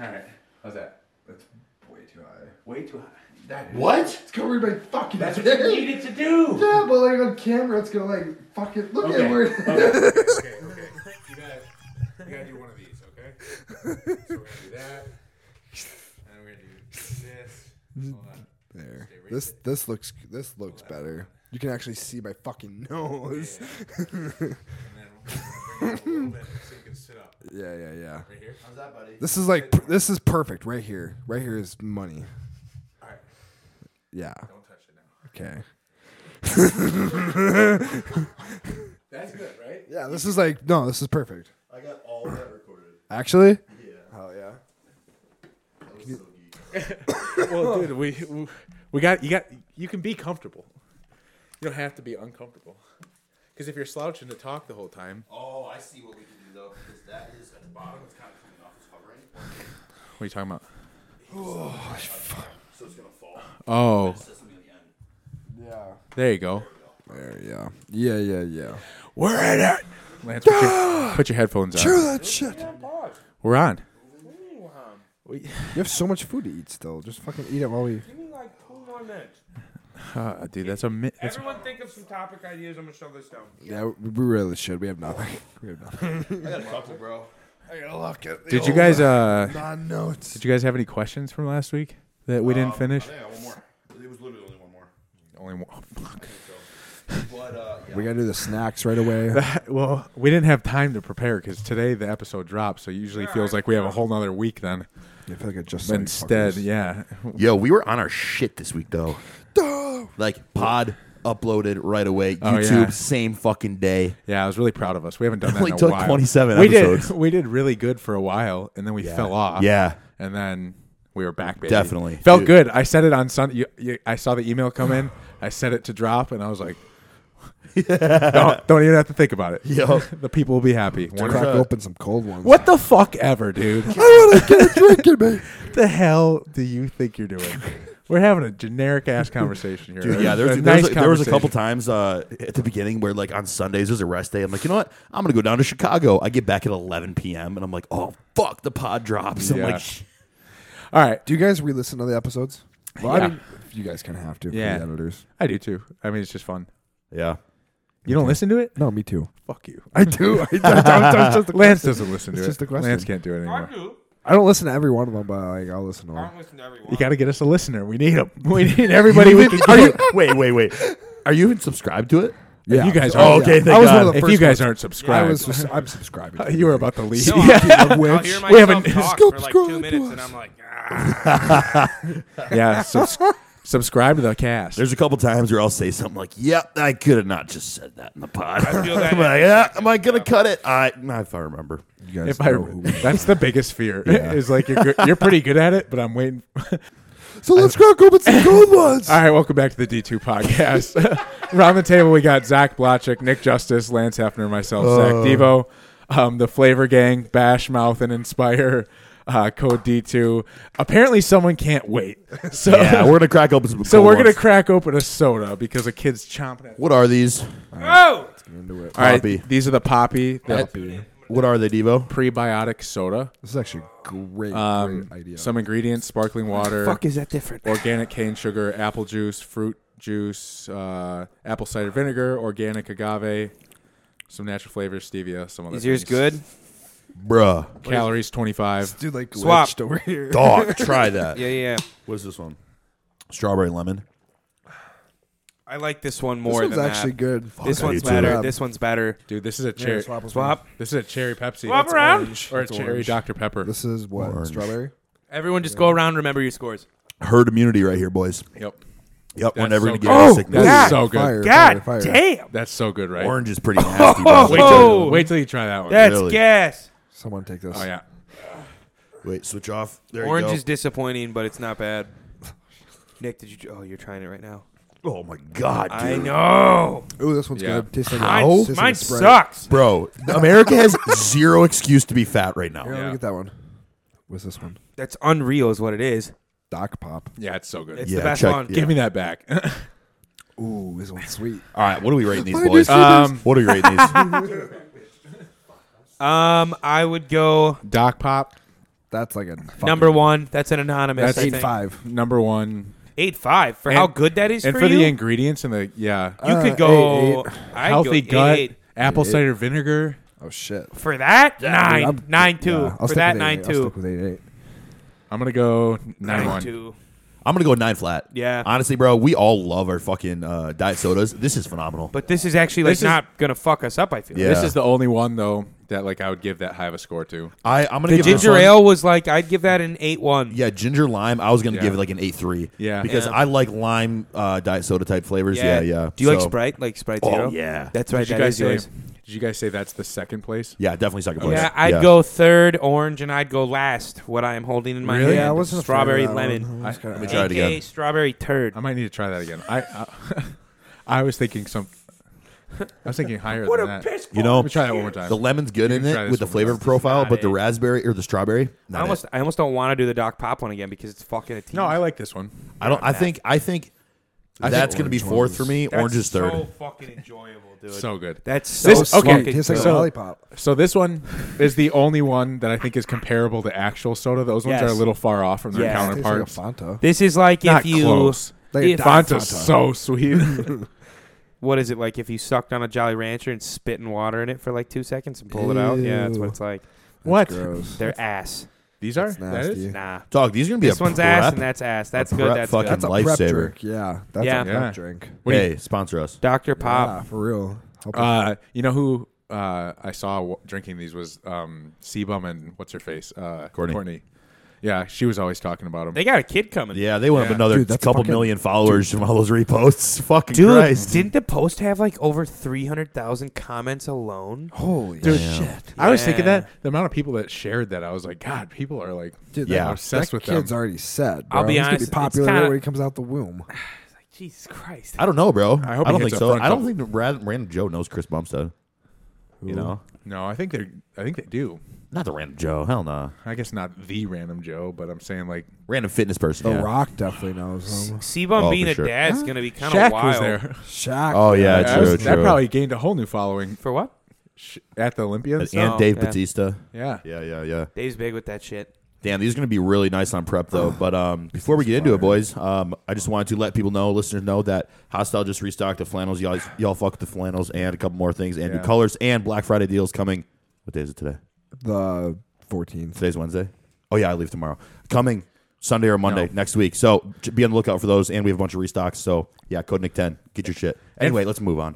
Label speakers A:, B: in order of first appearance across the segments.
A: Alright.
B: How's that?
C: That's way too high.
A: Way too high.
C: That is.
B: What?
C: It's covering my fucking
A: That's what you
C: head.
A: needed to do!
C: Yeah, but like on camera, it's gonna like fuck it. Look
A: Okay.
C: at where.
A: okay.
D: okay, okay. You gotta, you gotta do one of these, okay? So we're gonna do that. And we're gonna do this. Hold on.
C: There.
D: Stay right
C: This
D: there.
C: this looks this looks better. You can actually see my fucking nose.
D: And then we're gonna bring it up a little bit so you can sit up.
C: yeah, yeah, yeah.
D: Right here.
A: How's that, buddy?
C: This is like per- this is perfect right here. Right here is money.
D: Alright.
C: Yeah.
D: Don't touch it now.
C: Okay.
D: That's good, right?
C: Yeah, this is like no, this is perfect.
E: I got all that recorded.
C: Actually.
E: Oh, Yeah,
C: Hell yeah.
E: that was so geek.
D: Well, dude, we, we we got you got you can be comfortable. You don't have to be uncomfortable. Because if you're slouching to talk the whole time, what
E: Oh, I see what we can do though, because that is at the bottom. It's kind of coming off. It's hovering,
D: are you talking about?
E: so it's gonna fall.
D: Oh,
E: Says something at the end.
C: Yeah.
D: there you go.
C: There. Yeah. Yeah. Yeah. Yeah.
D: We're at it. Ah, Lance, put your, put your headphones on.
C: Chew that shit. You
D: We're on.
A: Wait,
C: have so much food to eat still. Just fucking eat it while we.
F: Give me like two more minutes.
D: Uh, dude, that's a mi- that's
F: Everyone think of some topic ideas. I'm gonna shove this down.
C: Yeah, we we really should. We have nothing. We have nothing.
E: I got a couple, bro.
C: I gotta look at.
D: Did you guys uh
C: Non notes.
D: did you guys have any questions from last week that we didn't finish?
E: Yeah, one more. It was literally only one more.
D: Uh, Only one. fuck.
E: But uh, yeah.
C: We gotta do the snacks right away.
D: well, we didn't have time to prepare because today the episode drops, so it usually feels like we have a whole nother week then.
C: I feel like I just
D: But
C: said
D: instead,
C: fuckers.
D: yeah,
E: Yo, we were on our shit this week though. Like pod uploaded right away.
D: Oh,
E: YouTube
D: yeah.
E: same fucking day.
D: yeah, I was really proud of us. We haven't done that
E: Only
D: in a
E: took
D: while.
E: 27
D: we
E: episodes.
D: Did, we did really good for a while, and then we fell off.
E: Yeah.
D: and then we were back. Baby.
E: Definitely.
D: felt
E: Dude.
D: good. I said it on Sunday. You, you, I saw the email come in. I set it to drop, and I was like, don't, don't even have to think about it.
E: Yo.
D: the people will be happy. Wonder-
C: Crack open some cold ones.
D: What the fuck ever, dude?
C: I wanna get a drink in me.
D: What the hell do you think you're doing? We're having a generic ass conversation here.
E: Dude,
D: right?
E: yeah, there was,
D: A
E: there, was
D: nice
E: a, there was a couple
D: conversation.
E: times uh, at the beginning where, like, on Sundays was a rest day. I'm like, you know what? I'm gonna go down to Chicago. I get back at 11 p.m. and I'm like, oh fuck, the pod drops. I'm
D: Yeah.
E: like, "Shh."
D: All right,
C: Do you guys re-listen to the episodes? Well,
D: Yeah.
C: I mean, you guys kind of have to.
D: Yeah.
C: For the editors.
D: I do too. I mean, it's just fun.
E: yeah,
D: You don't listen to it?
C: No, me too.
D: Fuck you.
C: I do. I, don't, I, don't,
D: Lance doesn't listen to
C: It's
D: it.
C: just a question.
D: Lance can't do it
F: I
D: anymore.
F: do.
C: I don't listen to every one of them, but like I'll listen to
F: I
C: them.
F: don't listen to everyone.
D: You got to get us a listener. We need him. We need everybody we can
E: Are
D: get.
E: you, wait, wait, wait. Are you even subscribed to it?
C: Yeah.
D: you guys
C: Oh,
D: are-
C: okay.
E: yeah.
C: Thank
E: I was one
C: God.
E: of the
D: if you guys aren't subscribed,
C: I was. I'm subscribing.
D: Uh, you were about to leave.
F: No,
D: yeah.
F: I'll,
C: Of
F: I'll
C: which
F: hear
D: We haven't-
F: myself talk
C: Scoop
F: for like
C: scroll to
F: two minutes, and
C: us.
F: I'm like, ah.
D: yeah subs- subscribe to the cast.
E: There's a couple times where I'll say something like, "Yep, I could have not just said that in the pod." I
F: feel that.
E: am like, yeah, am I gonna cut it? I, not if I remember.
C: You guys
D: if I,
C: know who we are.
D: that's the biggest fear is like you're good, you're pretty good at it, but I'm waiting. All
C: So let's crack open some cold ones.
D: right, welcome back to the D2 podcast. Around the table, we got Zach Blachik, Nick Justice, Lance Hefner, myself,
E: Uh.
D: Zach Devo, um, the Flavor Gang, Bash Mouth, and Inspire. Uh, code D2. Apparently, someone can't wait. So,
E: Yeah, we're gonna crack open some.
D: so
E: cold
D: we're gonna
E: ones.
D: crack open a soda because a kid's chomping at.
E: what are these?
F: oh,
C: Into it.
D: All right,
E: Poppy.
D: these are the poppy, the
E: What are they, Devo?
D: prebiotic soda.
C: This is actually a great,
D: Um,
C: great idea.
D: Some ingredients: sparkling water,
C: is that different?
D: organic cane sugar, apple juice, fruit juice, uh, apple cider vinegar, organic agave, some natural flavors, stevia, some other.
F: is yours
D: things.
F: good?
E: Bruh,
D: Calories twenty five.
C: Dude, like
F: Swap.
C: switched over here.
E: dog, try that.
F: Yeah, yeah.
E: What is this one? Strawberry lemon.
F: I like this one
C: This
F: more
C: one's
F: than
C: actually
F: that.
C: good.
F: This
E: I do
F: one's
E: too.
F: better.
C: Yeah.
F: This one's better.
D: Dude, this is a
C: Yeah,
D: cherry.
C: swap this
F: Swap.
D: This is a cherry Pepsi.
F: Swap
D: That's
F: around.
D: orange. or a
C: That's
D: cherry
C: orange.
D: Dr Pepper.
C: This is what
E: Orange.
C: strawberry.
F: Everyone, just go around. Remember your scores.
E: Herd immunity right here, boys.
D: yep.
E: Yep,
D: That's
E: we're never
D: so
E: gonna
D: good.
E: get any
D: Oh,
E: sickness.
D: that's
F: God.
D: so good.
C: Fire,
F: God
C: fire, fire.
F: damn,
D: That's so good, right?
E: Orange is pretty nasty. bro.
D: Wait till,
F: Oh.
D: wait till you try that one.
F: that's
E: Really?
F: gas.
C: Someone take this.
D: oh yeah.
E: Wait, switch off. There
F: Orange
E: you go.
F: is disappointing, but it's not bad. Nick, did you? Oh, you're trying it right now.
E: oh my god, dude.
F: I know.
C: Ooh, this one's
D: Yeah.
C: good. Tastes like
F: Mine,
C: a, tastes like
F: mine
C: a Sprite.
F: sucks.
E: Bro, America has zero excuse to be fat right now.
C: Here, let
D: Yeah.
C: me get that one. What's this one?
F: That's unreal, is what it is.
C: Doc Pop.
D: Yeah, it's so good.
F: It's
E: Yeah,
F: the best
E: check-
F: one.
E: yeah.
D: Give me that back.
C: Ooh, this one's sweet.
E: All right, what are we rating these
C: Why
E: boys?
C: did you do
D: um,
E: what are you rating these?
F: Um, I would go
D: Doc Pop.
C: That's like a fucking-
F: Number one. That's an anonymous.
D: That's
F: I
C: eight
F: think.
C: five.
D: Number one,
F: Eight five for
D: And-
F: how good that is
D: and
F: for,
D: for
F: you.
D: the ingredients and the yeah,
F: you
C: Uh,
F: could go
C: eight, eight.
F: I'd go
D: healthy
F: eight,
D: gut,
F: eight.
D: apple
C: Eight.
D: cider vinegar.
C: Oh shit.
F: For that
C: Dude,
F: nine
C: I'm-
F: nine two.
C: Yeah, I'll
F: for
C: stick
F: that
C: with
F: nine
C: eight, eight. I'll
F: two.
C: stick with eight eight.
D: I'm gonna go nine
F: Nine
D: one.
F: two.
E: I'm gonna go nine flat.
F: Yeah.
E: Honestly, bro, we all love our fucking uh, diet sodas. This is phenomenal.
F: But this is actually like
D: This is-
F: not gonna fuck us up. I feel.
E: Yeah.
D: This is the only one though that like I would give that high of a score to.
E: I, I'm gonna
F: The
E: give this
F: ginger
E: one-
F: ale was like I'd give that an eight one.
E: Yeah, ginger lime. I was gonna
D: Yeah.
E: give it like an eight three.
D: Yeah.
E: because
F: Yeah.
E: I like lime uh, diet soda type flavors. Yeah, yeah.
F: Do you like
E: So-
F: Sprite? Like Sprite
E: Oh,
F: Zero?
E: yeah.
F: That's right.
D: Did you
F: That
D: guys
F: is
D: say?
F: yours. Oh,
D: Did you guys say that's the second place?
E: Yeah, definitely second place.
F: Yeah, I'd go third orange and I'd go last. What I am holding in my
D: Really?
F: hand.
D: Yeah,
C: I wasn't a fan of
F: strawberry
C: that one.
F: lemon.
C: I was kinda-
E: Let me try it
F: AKA
E: again.
F: strawberry turd.
D: I might need to try that again. I I, I was thinking some. I was thinking higher
F: what
D: than
F: a
D: that.
F: piss.
E: You know,
D: Let me try that one more time.
E: the lemon's good
D: You
E: in
D: can try
E: it
D: this
E: with the
D: one.
E: flavor
D: This is
E: profile,
F: not
E: but the
F: it.
E: raspberry or the strawberry.
F: I
E: not it.
F: almost I almost don't want to do the Doc Pop one again because it's fucking a tease.
D: no, I like this one.
E: I don't. I think. I think. that's gonna be
C: orange
E: fourth
C: ones.
E: for me.
F: That's
E: orange is third.
F: So fucking enjoyable, dude.
D: So good.
F: that's so
D: This-
F: fucking
D: okay,
F: good.
C: Tastes like
D: so-
C: a lollipop.
D: So this one is the only one that I think is comparable to actual soda. Those ones
F: Yes.
D: are a little far off from their
F: Yes.
C: Tastes like a
D: counterparts.
C: Fanta.
F: this is like
D: Not
F: if you
D: close.
C: Like a
F: if-
C: Diet
D: Fanta's so sweet.
F: what is it like if you sucked on a Jolly Rancher and spit in water in it for like two seconds and pulled it out? Yeah, that's what
C: Ew.
F: it's like.
D: what?
C: Gross.
F: They're ass.
D: These are?
C: That's
D: That is?
C: nasty.
F: Nah.
E: Dog, these are gonna be
F: This
E: a
F: one's
E: prep.
F: ass and that's ass. That's good.
E: prep
F: That's
E: fucking-
F: good.
C: That's a
E: Lifesaver.
C: prep drink. Yeah, that's
F: Yeah.
C: a prep
D: Yeah.
C: drink.
D: What do you-
E: hey, sponsor us.
F: Dr. Pop.
C: Yeah, for real. Help us.
D: Uh, you know who uh, I saw w- drinking these was um, Seabum and what's her face? Uh,
E: Courtney.
D: Yeah, she was always talking about them.
F: They got a kid coming.
E: Yeah, they went
D: Yeah.
E: up another
C: Dude, that's
E: couple
C: fucking-
E: million followers from all those reposts. Fucking
F: Dude,
E: Christ.
F: didn't the post have like over 300,000 comments alone?
C: Holy
D: Dude,
C: shit!
D: I was thinking
F: Yeah.
D: that the amount of people that shared that, I was like, God, people are like
C: Dude,
E: Yeah.
C: that,
D: obsessed
C: that
D: with
C: kid's
D: them.
C: already set. Bro.
F: I'll be
C: He's
F: honest,
C: Gonna be
F: it's
C: popular
F: kinda-
C: when he comes out the womb.
F: It's like, Jesus Christ.
E: I don't know, bro.
D: I hope he
E: don't
D: hits
E: think
D: a
E: so.
D: front
E: I don't
D: double.
E: think the Rad- random Joe knows Chris Bumstead. You
C: Ooh.
E: know,
D: No, I think they are I think they do.
E: not the random Joe. Hell no.
D: I guess not the random Joe, but I'm saying like
E: Random fitness person.
C: The
E: yeah.
C: Rock definitely knows him.
F: Sebum
E: Oh,
F: being
E: for
F: a
E: sure.
F: dad's going to be kind
D: Shaq
F: of wild.
D: was there.
C: Shaq.
E: Oh, yeah,
D: that,
E: true,
D: was- that
E: true.
D: probably gained a whole new following
F: For what?
D: sh- at the
E: And,
D: Olympians.
E: and
F: So,
E: Dave
F: yeah.
E: Batista.
D: yeah.
E: Yeah, yeah, yeah.
F: Dave's big with that shit.
E: Damn, these are going to be really nice on prep, though. But um, before we get into it, boys, um, I just wanted to let people know, listeners know that Hostile just restocked the flannels. Y'all, y'all fuck with the flannels and a couple more things and
D: Yeah.
E: new colors and Black Friday deals coming. What day is it today?
C: The 14th.
E: Today's Wednesday. Oh, yeah, I leave tomorrow. Coming Sunday or Monday
D: No.
E: next week. So j- be on the lookout for those. And we have a bunch of restocks. So, yeah, code Nick10. Get your shit. Anyway, let's move on.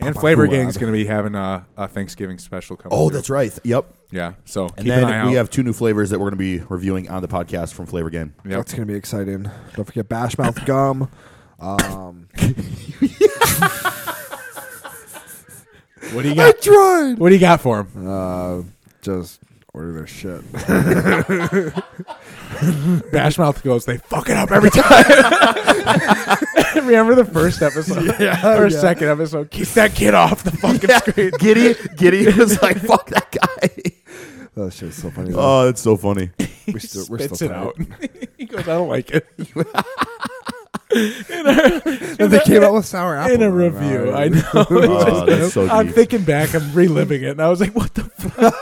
D: And Flavor
C: Papa
D: Gang's
C: Guad.
D: going to be having a, a Thanksgiving special coming.
E: Oh,
D: through.
E: that's right. Yep.
D: yeah. So
E: And
D: keep an eye
E: then we
D: out.
E: have two new flavors that we're going to be reviewing on the podcast from Flavor Game.
D: Yep.
C: That's gonna be exciting. Don't forget Bashmouth gum. Um,
D: What do you got?
C: tried.
D: What do you got for him?
C: Uh, just order their shit.
D: Bashmouth goes, they fuck it up every time. Remember the first episode or
C: Yeah.
D: second episode? Keep that kid off the fucking screen.
E: Giddy, Giddy was like, fuck that guy.
C: That shit's so funny. though.
E: Oh, it's so funny.
C: we still, we're
D: Spits it
C: still tight.
D: out. he goes, I don't like it.
C: And they came out with sour apple
D: In a
C: one,
D: review,
C: right?
D: I know.
E: Oh, that's so
D: I'm
E: deep.
D: thinking back, I'm reliving it, and I was like, what the fuck?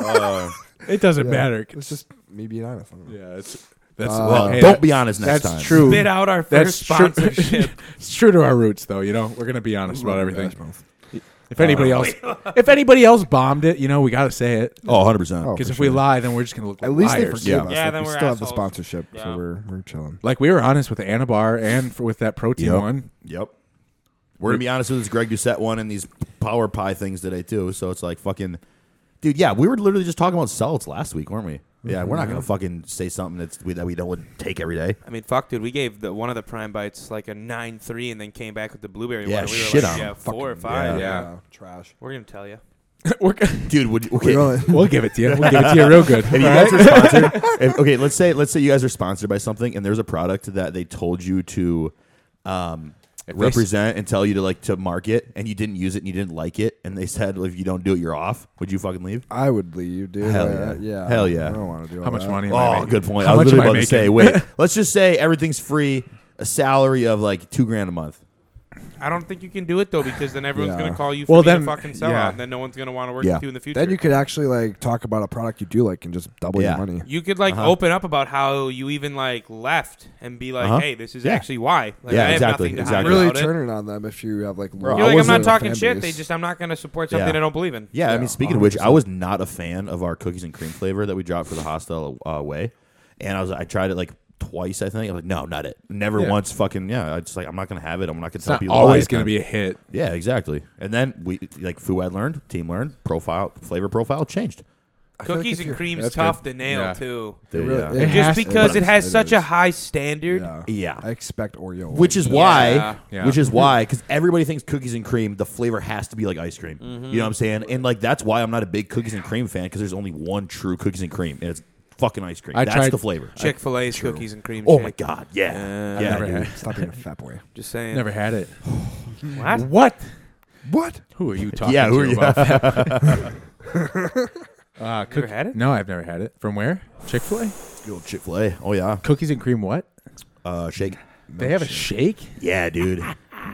E: Uh,
D: it doesn't
C: Yeah.
D: matter.
C: It's just me being honest. I don't know.
D: Yeah, it's, that's
C: Uh,
E: Well,
D: hey,
E: don't be honest next
D: That's
E: time.
D: true.
F: Bid out our
D: That's
F: first
D: true.
F: sponsorship.
D: it's true to our roots, though. You know, we're gonna be honest about everything.
C: Bashmouth.
D: If anybody else, if anybody else bombed it, you know, we gotta say it.
E: Oh, 100%.
C: Oh.
D: Because
C: for
D: if we
C: sure.
D: lie, then we're just gonna look like
C: At least they
D: liars.
C: forgave
E: Yeah.
C: us.
F: Yeah,
C: Like,
F: then
C: we
F: we're
C: still have the
F: assholes.
C: sponsorship,
F: Yeah.
C: so we're we're chilling.
D: Like we were honest with the Anabar and for, with that protein
E: Yep.
D: one.
E: Yep. We're going to be honest with this Greg Doucette one and these power pie things today, too. So it's like fucking. Dude, yeah, we were literally just talking about salads last week, weren't we? Yeah, we're not going to fucking say something that's we, that we don't take every day.
F: I mean, fuck, dude. We gave the, one of the prime bites like a 9 3 and then came back with the blueberry
E: Yeah,
F: one. We were
E: shit
F: like,
E: on
F: yeah,
E: them.
F: 4 or
E: Fucking-
F: 5.
D: yeah.
F: yeah.
C: trash.
F: We're going to tell you.
D: We're g-
E: Dude, would you. Okay.
C: Really?
D: we'll give it to you. We'll give it to you real good.
E: If you
D: all
E: guys
D: right?
E: are sponsored, if- okay, let's say let's say you guys are sponsored by something, and there's a product that they told you to um,
D: they s-
E: represent and tell you to like to market, and you didn't use it and you didn't like it, and they said well, if you don't do it, you're off. Would you fucking leave?
C: I would leave, dude.
E: Hell
C: I-
E: yeah.
C: yeah.
E: Hell yeah.
C: I don't want to do all
D: How much
C: that.
D: money? am I
E: Oh,
D: making?
E: good point.
D: How
E: I was
D: much am
E: literally
D: I
E: about to
D: making?
E: say, wait, let's just say everything's free, a salary of like two grand a month.
F: I don't think you can do it though because then everyone's
C: Yeah.
F: gonna call you for
D: Well,
F: being
D: then-
F: a fucking sellout.
D: yeah.
F: And then no one's gonna want to work
E: Yeah.
F: with you in the future.
C: Then you could actually like talk about a product you do like and just double
E: Yeah.
C: your money.
F: You could like
E: Uh-huh.
F: open up about how you even like left and be like,
E: Uh-huh.
F: "Hey, this is
E: Yeah.
F: actually why." Like,
E: Yeah,
F: I have
E: exactly,
F: nothing to
E: exactly.
F: hide
C: really
F: about it.
C: turning on them if you have like.
E: Bro,
C: loyal
E: I
F: You're like, I'm
E: wasn't
F: not
C: fan
F: talking shit. They
C: base.
F: just, I'm not gonna support something
E: Yeah.
F: I don't believe in.
E: Yeah, I
C: Yeah,
E: mean, speaking of which, I was not a fan of our cookies and cream flavor that we dropped for the hostel uh, way, and I was I tried it like twice, I think. I was like, no, not it. Never
D: Yeah.
E: once, fucking yeah. I just like I'm not gonna have it. I'm not gonna
D: It's
E: tell
D: not
E: people.
D: always
E: why.
D: going to be a hit.
E: Yeah, exactly. And then we like Fuad learned, team learned, profile flavor profile changed.
C: feel like
F: Cookies
C: if
F: and
C: you're-
F: cream's
D: that's
F: tough
D: good.
F: to nail
D: Yeah.
F: too.
E: They-
C: really-
E: yeah.
C: they- It
F: Just
D: has to-
F: because it
C: but
F: has
C: it
F: such a
C: is.
F: high standard.
C: Yeah.
E: Yeah.
C: I expect Oreo.
E: Which is
C: Yeah.
E: why,
D: Yeah.
E: which is why, because everybody thinks cookies and cream, the flavor has to be like ice cream.
D: Mm-hmm.
E: You know what I'm saying? And like that's why I'm not a big cookies and cream fan because there's only one true cookies and cream, and it's fucking ice cream.
D: I
E: that's
D: tried-
E: the flavor.
F: Chick Fil A's cookies and cream.
E: oh
F: shake.
E: my god, yeah,
F: Uh,
E: yeah.
D: never
E: dude.
D: had-
C: Stop being a fat boy.
F: Just saying.
D: Never had it.
F: What?
D: What?
C: What?
D: Who are you talking
E: Yeah, who
D: to
E: are you-
D: about that? uh, cook-
F: Never had it.
D: no, I've never had it. From where? Chick Fil A.
E: Good old Chick Fil A. Oh yeah,
D: Cookies and cream. What?
E: uh, shake.
D: They have a shake.
E: Yeah, dude.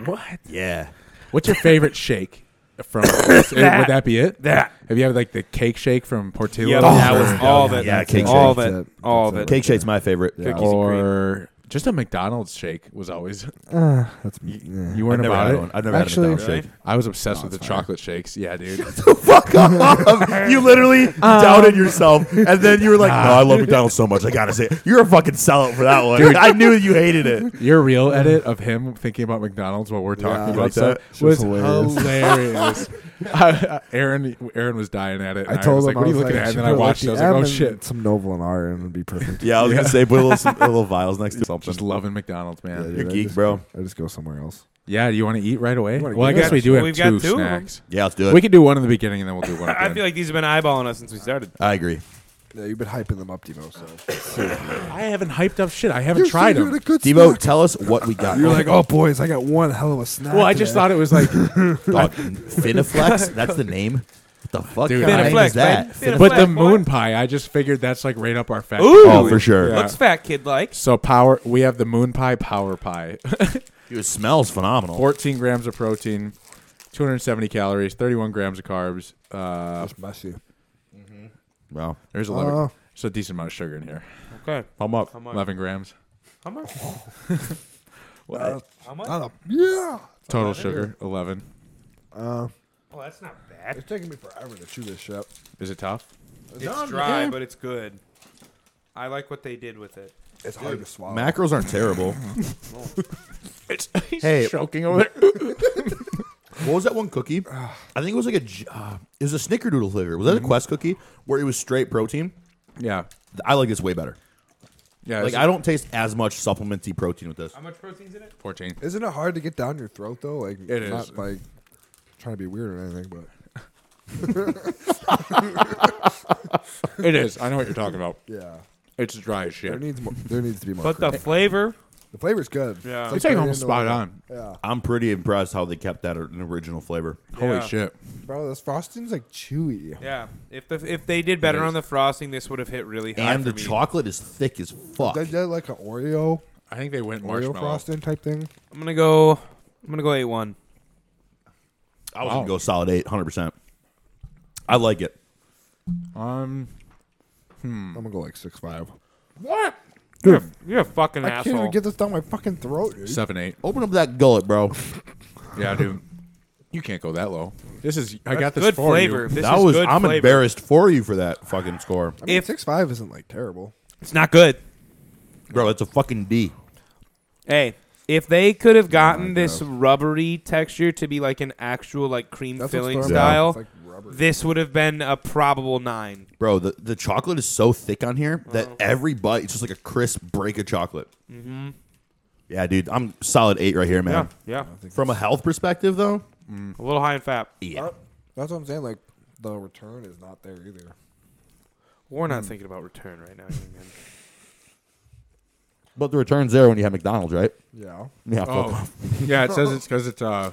D: What?
E: Yeah.
D: What's your favorite shake from? Would that be it?
F: That.
D: Have you had like the cake shake from Portillo's?
F: Yeah,
D: or
F: that was
E: yeah,
F: all of
E: yeah,
F: it.
E: yeah, cake
F: all of
C: shake.
F: it.
C: That's it.
F: All of
C: That's it.
F: it.
E: Cake shake's my favorite.
C: Yeah.
F: Cookies and cream.
D: or just a McDonald's shake was always.
C: Uh, that's
D: You
E: I've
D: weren't
E: never
D: about
E: had
D: it.
E: one. I've never
C: Actually-
E: had a McDonald's
F: Really?
E: shake.
D: I was obsessed with the chocolate shakes. Yeah, dude.
E: Fuck off! You literally doubted yourself, and then you were like, "No, I love McDonald's so much, I gotta say, it." you're a fucking sellout for that one." I knew you hated it.
D: Your real edit of him thinking about McDonald's while we're talking
C: Yeah.
D: about
E: Like
D: stuff
E: that?
C: She
D: was
C: was
D: hilarious. I- I- Aaron, Aaron was dying at it.
C: I
D: and
C: told
D: was
C: him
D: like, "What are
C: I
D: you
C: was
D: looking
C: like,
D: at?"
C: she
D: And then I
C: put, like,
D: watched it.
C: the
D: I was like,
C: M
D: "Oh
C: and
D: shit!"
C: Some Noble and R and it'd be perfect.
E: Yeah, I was gonna say put a little, some, a little vials next to something.
D: Just loving McDonald's, man.
E: You're
C: I
E: geek,
C: just-
E: bro.
C: I just go somewhere else.
D: Yeah, do you want to eat right away?
C: wanna
D: Well, I
C: eat?
D: guess we do have
F: We've got
D: two
F: two of 'em.
D: snacks.
E: Yeah, let's do it.
D: We can do one in the beginning, and then we'll do one. At the
F: I
D: end.
F: feel like these have been eyeballing us since we started.
E: I agree.
C: Yeah, you've been hyping them up, Devo. So
D: I haven't hyped up shit. I haven't tried them.
C: good
E: Debo, tell us what we got.
C: You're like, oh boys, I got one hell of a snack.
D: Well, I just
C: today."
D: thought it was like,
E: Dog, Finaflex. That's the name. What the fuck?
D: Dude,
E: kind of
D: I-
E: name is
F: Finaflex,
E: that?
F: baby. Finaflex.
D: but the
F: boy.
D: moon pie. I just figured that's like right up our fat.
F: Ooh.
E: Oh, for sure.
D: Yeah.
F: Looks fat, kid. Like.
D: So power. We have the moon pie power pie.
E: Dude, it smells phenomenal.
D: 14 grams of protein, 270 calories, 31 grams of carbs. Uh,
C: That's messy.
E: Wow.
D: there's 11.
E: Uh-huh.
C: Oh.
D: It's a decent amount of sugar in here.
F: Okay.
E: I'm up.
F: How much?
D: 11 grams
F: How much?
E: Uh,
C: Well,
F: How much?
C: not a, yeah.
D: total sugar. 11.
C: Uh,
F: Oh, that's not bad.
C: it's taking me forever to chew this shit.
D: Is it tough?
F: It's dry, but it's good. I like what they did with it.
C: It's hard to swallow.
E: Macros aren't terrible.
D: It's
E: Hey.
D: choking over there.
E: What was that one cookie? I think it was like a. j- Uh, it was a Snickerdoodle flavor. Was that
D: Mm-hmm.
E: a Quest cookie where it was straight protein?
D: Yeah.
E: I like this way better.
D: Yeah.
E: Like I don't taste as much supplementy protein with this.
F: How much protein's in it?
D: 14.
C: Isn't it hard to get down your throat though? Like
D: It
C: not
D: is.
C: like trying to be weird or anything, but
D: It is. I know what you're talking about.
C: yeah,
D: It's dry as
C: there
D: shit.
C: needs more. There needs to be more.
F: But the
C: cream.
F: flavor,
C: the flavor's good.
F: Yeah.
C: It's
D: It's
C: like
D: like almost
C: putting in
D: spot
C: the-
D: on.
C: Yeah,
E: I'm pretty impressed how they kept that or- an original flavor.
D: Holy
F: Yeah.
D: shit.
C: bro, this frosting's like chewy.
F: yeah. If the, if they did better on the frosting, this would have hit really high.
E: And
F: for
E: the
F: me.
E: chocolate is thick as fuck.
C: They did like an Oreo,
D: I think they went
C: Oreo
D: marshmallow.
C: frosting type thing.
F: I'm gonna go. I'm gonna go eight one.
E: I was
D: Wow.
E: gonna go solid eight, hundred percent. I like it.
D: Um,
C: I'm
F: Mm.
C: gonna go like six five.
F: What? You're, you're a fucking
C: I
F: asshole.
C: can't even get this down my fucking throat, dude.
D: 7 8.
E: Open up that gullet, bro.
D: Yeah, dude. You can't go that low. This is, I got this
F: good
D: for
F: flavor.
D: you.
F: This
E: that
F: is
E: was.
F: good
E: I'm
F: flavor.
E: embarrassed for you for that fucking score,
C: I mean,
F: If-
C: six five isn't like terrible.
F: It's not good.
E: bro. It's a fucking D.
F: Hey, if they could have
E: Oh
F: gotten this rubbery texture to be like an actual like cream
C: That's what's
F: filling
C: throwing me
F: style,
C: off. It's like rubber.
F: this would have been a probable nine.
E: Bro, the, the chocolate is so thick on here that every bite is just like a crisp break of chocolate. Mm-hmm. Yeah, dude, I'm solid eight right here, man.
F: Yeah,
E: From a health perspective, though,
F: yeah. A little high in fat.
E: yeah,
C: That's what I'm saying. Like the return is not there either.
F: We're
E: Mm.
F: not thinking about return right now. young man.
E: but the return's there when you have McDonald's, right?
C: Yeah.
E: Yeah, fuck
D: Oh, yeah. It says it's because it's uh,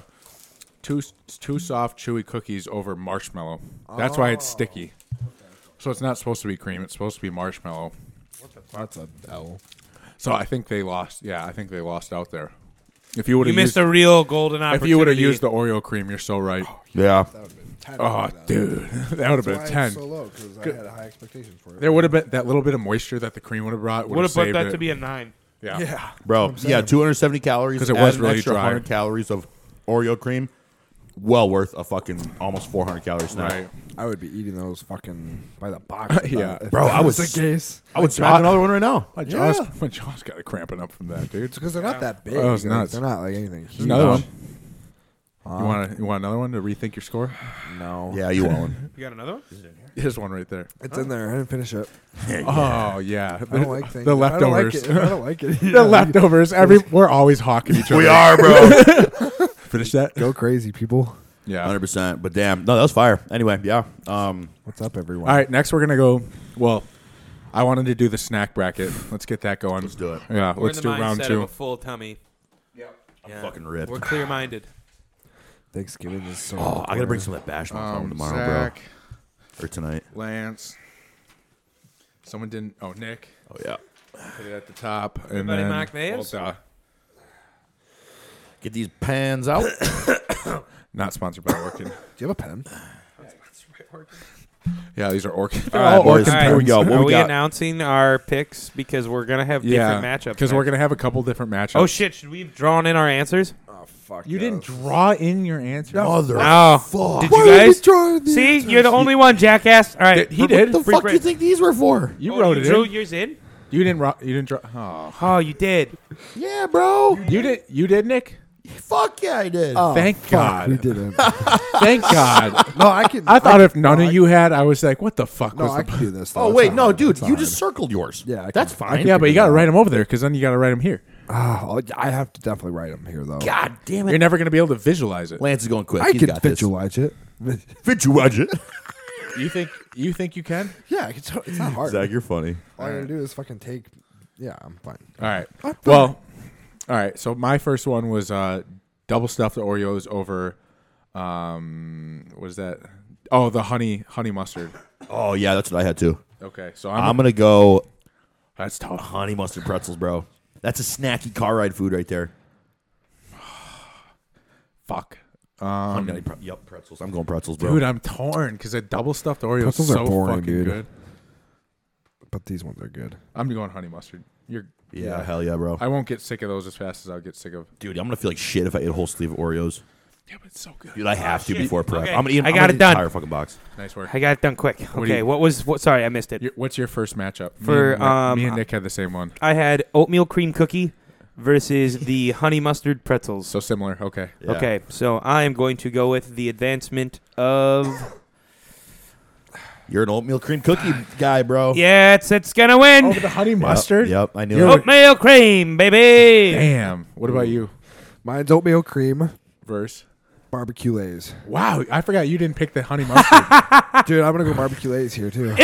D: two two soft, chewy cookies over marshmallow. That's why it's sticky.
C: Oh.
D: So it's not supposed to be cream. It's supposed to be marshmallow.
C: That's a L.
D: So I think they lost. Yeah, I think they lost out there. If you would
F: You
D: have
F: missed
D: used,
F: a real golden
D: if
F: opportunity.
D: you would have used the Oreo cream, you're so right.
E: Yeah.
C: That would have been 10.
D: Oh, dude, that would have been
C: That's
D: a
C: why
D: ten.
C: It's so low because I had high expectations for it.
D: there would have been that little bit of moisture that the cream would have brought. Would
F: would
D: have
F: have put
D: saved
F: that
D: it.
F: to be a nine.
D: yeah.
C: yeah.
E: Bro, yeah, 270 calories.
D: 'Cause it
E: add
D: was
E: an
D: really
E: extra
D: dry.
E: 100 calories of Oreo cream. Well worth a fucking almost 400 calories now.
D: right.
C: I would be eating those fucking by the box. if
D: Yeah.
C: that- if
E: Bro,
C: that
E: I
C: the
E: was-
C: case.
E: I would smack another one right now.
D: My jaw's my jaw's got a cramping up from that, dude.
C: It's because they're not that big.
D: Oh, it's
C: Like,
D: nuts.
C: They're not like anything. Huge.
D: Another one. You want you want another one to rethink your score?
C: No.
E: Yeah, you want one.
F: You got another one?
D: Here's one right there.
C: It's in there. I didn't finish it.
D: Oh yeah,
C: I don't like things.
D: the
C: If I don't like
D: leftovers.
C: it- if I don't like it. yeah,
D: the leftovers. Every we're always hawking each other.
E: we are, bro.
D: Finish that.
C: Go crazy, people.
D: Yeah.
E: 100%. But damn. No, that was fire. Anyway, yeah. Um,
C: What's up, everyone?
D: All right. Next, we're gonna go. Well, I wanted to do the snack bracket. Let's get that going. Let's
E: do it.
D: Yeah.
F: We're
D: let's
F: in the
D: do round
F: mindset
D: two.
F: Of a full tummy. Yep. Yeah.
E: fucking ripped.
F: We're clear minded.
C: Thanksgiving is so.
E: oh, I got to bring some of that bash mouth home tomorrow,
D: Um, Zach,
E: bro. Or tonight.
D: Lance. Someone didn't. Oh, Nick.
E: Oh, yeah.
D: Put it at the top. and
F: Everybody
D: then,
F: mark theirs?
D: well, duh.
E: Get these pans out.
D: not sponsored by Orkin.
C: Do you have a pen?
D: yeah, these are Orkin. They're
E: right, boys.
D: Orkin
E: All right. Here we
D: pens.
E: go. What
F: Are
E: we
F: we
E: got?
F: announcing our picks because we're gonna have
D: Yeah,
F: different matchups?
D: because we're
F: next?
D: gonna have a couple different matchups.
F: Oh shit! Should we have drawn in our answers?
C: Oh fuck.
D: You didn't draw in your answer.
E: Mother.
F: No.
E: fuck.
F: Oh. Did
C: Why
F: you
C: did you
F: guys?
C: draw the
F: See, you're the only one, jackass. All right,
D: He did.
E: What the
F: Free
E: fuck do
F: print.
E: you think these were for?
D: You
F: Oh,
D: wrote it.
F: drew
D: in.
F: yours in.
D: You didn't. Ro- you didn't draw. Oh.
F: Oh, you did.
E: Yeah, bro.
D: You did. You did, Nick.
E: Fuck yeah, I did.
C: Oh,
D: Thank
C: fuck,
D: God.
C: We didn't.
D: Thank God.
C: No, I can.
D: I thought
C: can-
D: if none
C: no, I-
D: of you had, I was like, "What the fuck
C: No,
D: was
C: I
D: the?"
C: can do this. though.
E: Oh
C: It's
E: wait,
C: not
E: no,
C: hard.
E: dude,
C: It's not
E: you
C: hard.
E: just circled yours.
C: Yeah, I can-
E: that's
C: I
E: fine.
D: yeah, but you got to write them over there because then you got to write them here.
C: Ah, I'll- I have to definitely write them here though.
E: God damn
D: You're
E: it!
D: never going to be able to visualize it.
E: Lance is going quick.
C: I
E: He's
C: can
E: got this.
C: visualize it.
E: Visualize it.
D: You think you think you can?
C: Yeah, it's, it's not hard.
E: you're funny.
C: All I gotta do is fucking take. Yeah, I'm fine.
D: All right. Well, all right. So my first one was uh, double stuffed Oreos over, um, what is that? Oh, the honey honey mustard.
E: Oh yeah, that's what I had too.
D: Okay, so I'm,
E: I'm gonna go
D: that's tough.
E: honey mustard pretzels, bro. That's a snacky car ride food right there.
D: Fuck,
E: I'm gonna, pre- yep, pretzels. I'm going pretzels, bro.
D: dude, I'm torn because a double stuffed Oreo is
C: Pretzels are
D: so
C: boring,
D: fucking
C: dude.
D: good.
C: But these ones are good.
D: I'm going honey mustard. You're
E: yeah, hell yeah, bro.
D: I won't get sick of those as fast as I'll get sick of.
E: Dude, I'm gonna feel like shit if I eat a whole sleeve of Oreos.
D: Yeah, but it's so good.
E: Dude, I have to
F: shit.
E: before prep.
F: Okay.
E: I'm gonna eat.
F: I
E: I'm
F: got
E: gonna
F: it
E: eat
F: done.
E: The entire fucking box.
D: Nice work.
F: I got it done quick.
D: do
F: okay,
D: you-
F: what was? What, sorry, I missed it.
D: Your- what's your first matchup? Me
F: For,
D: and Nick-
F: um,
D: me and Nick had the same one.
F: I had oatmeal cream cookie versus the honey mustard pretzels.
D: So similar. Okay.
E: Yeah.
F: Okay, so I am going to go with the advancement of.
E: you're an oatmeal cream cookie guy, bro.
F: yeah, it's, it's gonna win.
D: the honey
E: Yep, Yep, I knew
D: You're-
E: it.
F: Oatmeal cream, baby.
D: Damn. What about you,
C: Mine's oatmeal cream
D: Verse?
C: barbecue lays.
D: Wow, I forgot you didn't pick the honey mustard.
C: Dude, I'm gonna go barbecue lays here too.
F: Ew, Eh,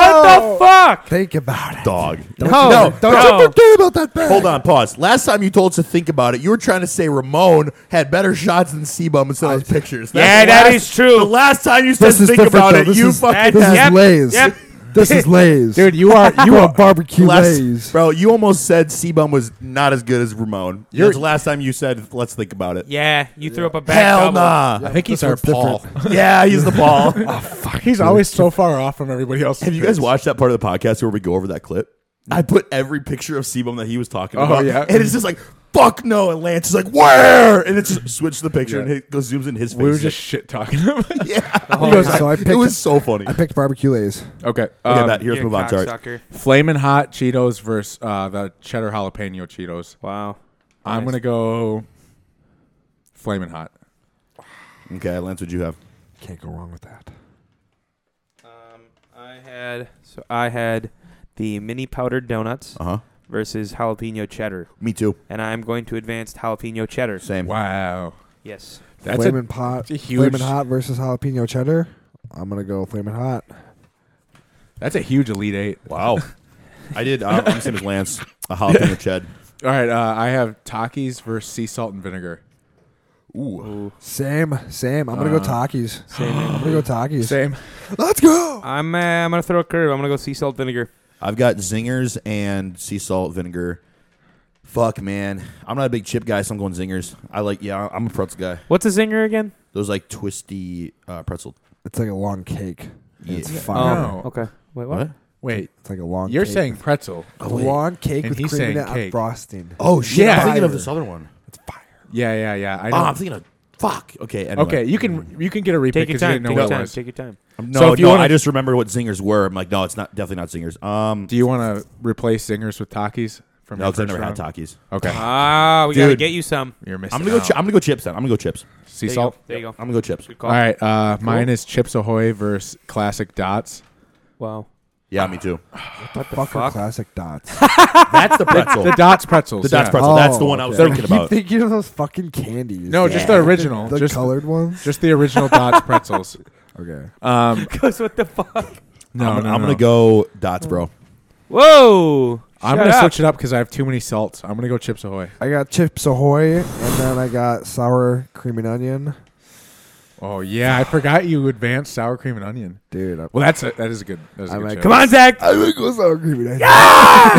E: Oh!
F: what the fuck?
C: Think about it.
E: Dog.
F: No,
C: no, don't
F: no.
C: you forget about that bag.
E: Hold on, pause. Last time you told us to think about it, you were trying to say Ramon had better shots than Sebum in some of those pictures.
F: Yeah,
E: the
F: that is true.
E: The last time you said
C: This is
E: think
C: different.
E: about
C: though.
E: it,
C: this
E: you
C: is,
E: fucking
C: this
F: Yep,
C: is lays.
F: yep.
C: This is lays,
D: Dude, you are you
C: You are
D: are
C: barbecue
E: last,
C: lays.
E: bro. You almost said Sebum was not as good as Ramon. That's the last time you said let's think about it.
F: Yeah, you threw up a bad
E: Hell
F: double.
E: nah.
D: I think he's
C: This
D: our
C: one's different.
D: Paul.
E: yeah, he's the ball.
D: Fuck, he's always so far off from everybody else.
E: Have you guys watched that part of the podcast where we go over that clip? I put every picture of Sebum that he was talking
D: Oh,
E: about.
D: yeah.
E: And it's just like, fuck no. And Lance is like, where? And it's just switch the picture and it goes zooms in his face.
D: We were
E: He's
D: just shit talking him.
E: like, yeah.
C: All right, so I picked.
E: it was so funny.
C: I picked barbecue lays.
D: okay.
E: Okay,
D: Um,
E: Matt, here's
F: You're
E: move on. Sorry.
F: cocksucker.
D: Flamin' hot Cheetos versus uh, the cheddar jalapeno Cheetos.
F: Wow.
D: I'm gonna go. Flamin' hot.
E: Okay, Lance, what'd you have?
C: Can't go wrong with that.
F: Um, I had so I had the mini powdered donuts
E: Uh huh.
F: versus jalapeno cheddar,
E: Me too.
F: and I'm going to advance jalapeno cheddar.
E: Same.
D: Wow,
F: Yes.
D: that's a
C: flamin' pot,
D: a huge-
C: flamin' hot versus jalapeno cheddar. I'm gonna go flamin' hot.
D: that's a huge elite eight.
E: Wow. I did. uh, I'm, I'm the same as Lance. A jalapeno ched.
D: All right, uh, I have Takis versus sea salt and vinegar.
E: Ooh.
C: Same, same. I'm gonna go Takis. Same. I'm gonna go
D: Uh,
C: Takis.
D: Same.
C: Let's go.
F: I'm uh, I'm gonna throw a curve. I'm gonna go sea salt vinegar.
E: I've got zingers and sea salt vinegar Fuck, man. I'm not a big chip guy, so I'm going zingers. I like, yeah, I'm a pretzel guy.
F: What's a zinger again?
E: Those like twisty uh, pretzel.
C: It's like a long cake. and It's
E: Yeah.
C: fire.
D: Oh, No.
F: Um, Okay. Wait, what?
E: What?
D: Wait,
C: It's like a long.
D: you're
C: cake
D: saying
C: with-
D: pretzel?
C: a long cake
D: And
C: with
D: he's
C: cream in
D: saying
C: it and
D: cake.
C: frosting.
E: Oh shit! I'm
D: Yeah.
E: thinking of this other one.
C: It's fire.
D: Yeah, yeah, yeah. I know.
E: Oh, I'm thinking of fuck. Okay. Anyway.
D: okay, you can you can get a repeat
F: Take your
D: because you didn't
F: time.
D: know
F: Take
D: what
F: your
D: it
F: time.
D: was.
F: Take your time.
E: Um, No,
D: So if you
E: no,
D: wanna-
E: I just remember what zingers were. I'm like, no, it's not definitely not zingers. Um,
D: Do you want to replace zingers with Takis? From
E: no,
D: your
E: because I
D: first
E: never had
D: round?
E: Takis.
D: Okay,
F: Ah, we gotta
E: Dude.
F: get you some.
D: you're missing.
E: I'm gonna go.
D: out.
E: Chi- I'm gonna go chips then. I'm gonna go chips.
D: sea
F: There you
D: salt.
F: go. There you go.
E: I'm gonna go chips.
F: Good
D: All
F: call.
D: right, uh, mine is Chips Ahoy versus Classic Dots.
F: Wow.
E: Yeah, me too.
C: What the fuck, are
F: fuck?
C: classic dots?
E: That's the pretzel.
D: The
E: the
D: Dots pretzels.
E: Dutch
D: yeah.
E: pretzel. That's the one I was
C: okay.
E: thinking about.
C: You think you know those fucking candies?
D: Oh, No,
C: dude.
D: just the original.
C: The
D: just
C: colored ones.
D: just the original Dots pretzels.
C: Okay.
D: Um,
F: Because what the fuck?
D: no,
E: I'm,
D: no,
E: I'm
D: no.
E: gonna go dots, bro.
F: Whoa.
D: I'm
F: Shut
D: gonna
F: up.
D: switch it up because I have too many salts. I'm gonna go Chips Ahoy.
C: I got Chips Ahoy, and then I got sour cream and onion.
D: Oh yeah, I forgot you advanced sour cream and onion.
C: Dude, I'm,
D: Well, that's a, that is a good. That is a
C: I'm
D: good
C: like,
D: show.
F: Come on, Zach.
C: I think it was sour cream and onion.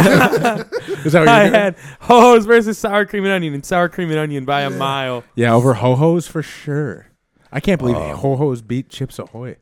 D: Is that what
F: I
D: you're doing?
F: had ho-hos versus sour cream and onion, and sour cream and onion by a mile.
D: Yeah, over ho hos for sure. I can't believe ho hos beat Chips Ahoy.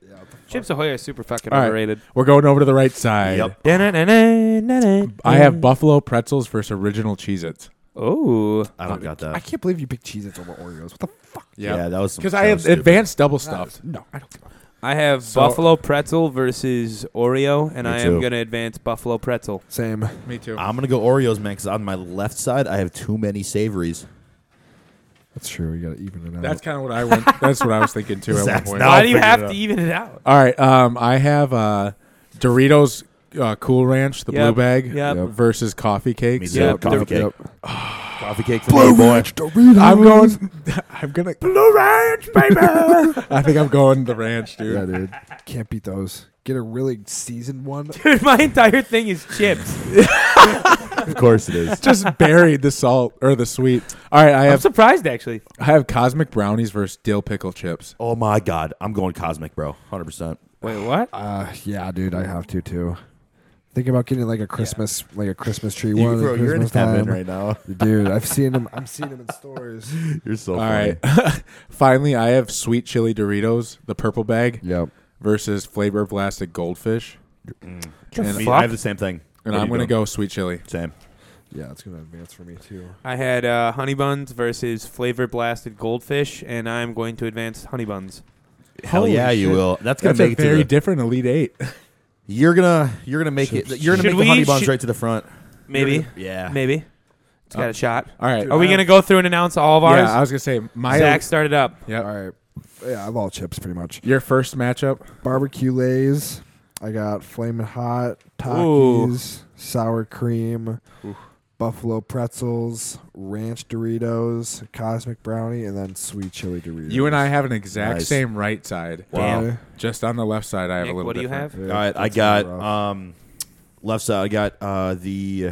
F: Chips Ahoy are super fucking
D: All right.
F: overrated.
D: We're going over to the right side.
E: Yep.
F: Da-na-na-na-na-na.
D: I have buffalo pretzels versus original Cheez-Its.
F: Oh.
E: I don't got
C: I
E: that.
C: can't believe you picked Cheez-Its over Oreos. What the fuck?
E: Yeah, that was some-
D: because I
E: that was
D: have
E: stupid.
D: advanced double stuffed.
C: No, I don't give a
F: I have
D: So-
F: buffalo pretzel versus Oreo, and
E: Me
F: I
E: too.
F: am gonna advance buffalo pretzel.
C: Same.
D: Me too.
E: I'm gonna go Oreos, man. Because on my left side, I have too many savories.
C: That's true. You gotta even it out.
D: That's kind of what I went. that's what I was thinking too at one
E: Zach's
D: point.
E: not-
F: Why
E: I'll
F: do you
E: figure
F: have
E: it
F: to
E: out.
F: even it out?
D: All right. Um, I have uh, Doritos uh, Cool Ranch, the
F: Yep.
D: blue bag, uh,
F: Yep.
C: Yep.
D: versus coffee cakes.
E: Me too.
F: Yeah,
E: coffee
C: Yep,
E: cake.
C: yep.
E: Coffee cake for me, boy.
C: Doritos.
D: I'm going. I'm gonna Blue Ranch, baby. I think I'm going the ranch, dude.
C: Yeah, dude. Can't beat those. Get a really seasoned one.
F: Dude, my entire thing is chips.
E: Of course it is.
D: Just buried the salt or the sweet. All right, I
F: I'm
D: have
F: surprised actually.
D: I have cosmic brownies versus dill pickle chips.
E: Oh my god, I'm going cosmic, bro. Hundred percent.
F: Wait, what?
C: Uh, yeah, dude. I have to too. Thinking about getting like a Christmas, like a Christmas tree one. at Christmas time.
E: now.
C: dude. I've seen them. I'm seeing them in stores.
E: You're so
D: All right. Finally, I have sweet chili Doritos, the purple bag,
C: Yep.
D: versus flavor blasted goldfish,
E: I,
F: The
E: mean,
F: fuck?
E: I have the same thing.
D: and
E: What are
D: I'm
E: you
D: gonna
E: doing?
D: go sweet chili.
E: same.
C: Yeah, it's gonna advance for me too.
F: I had uh, honey buns versus flavor blasted goldfish, and I'm going to advance honey buns.
E: Hell
D: Holy
E: yeah, you
D: shit.
E: will. That's gonna
D: That's
E: make
D: a
E: it to
D: very
E: the-
D: different elite eight.
E: You're gonna you're gonna make it. You're gonna
F: Should
E: make the honey
F: we-
E: buns
F: should-
E: right to the front.
F: Maybe,
E: Yeah.
F: maybe. It's got a shot.
D: Uh, All right.
F: Are we gonna go through and announce all of ours?
D: Yeah, I was gonna say my
F: Zach started up.
D: Yep.
C: All right. Yeah, I've all chips pretty much.
D: Your first matchup.
C: Barbecue lays. I got flaming hot
F: Ooh.
C: Takis, sour cream, buffalo pretzels, ranch Doritos, cosmic brownie, and then sweet chili Doritos.
D: You and I have an exact
E: Nice.
D: same right side.
E: Wow.
C: Damn.
D: Just on the left side, I have
F: Nick,
D: a little.
F: what do you
D: different.
F: have?
C: Yeah,
E: All right. I
C: that's kinda
E: got
C: rough.
E: um left side. I got uh the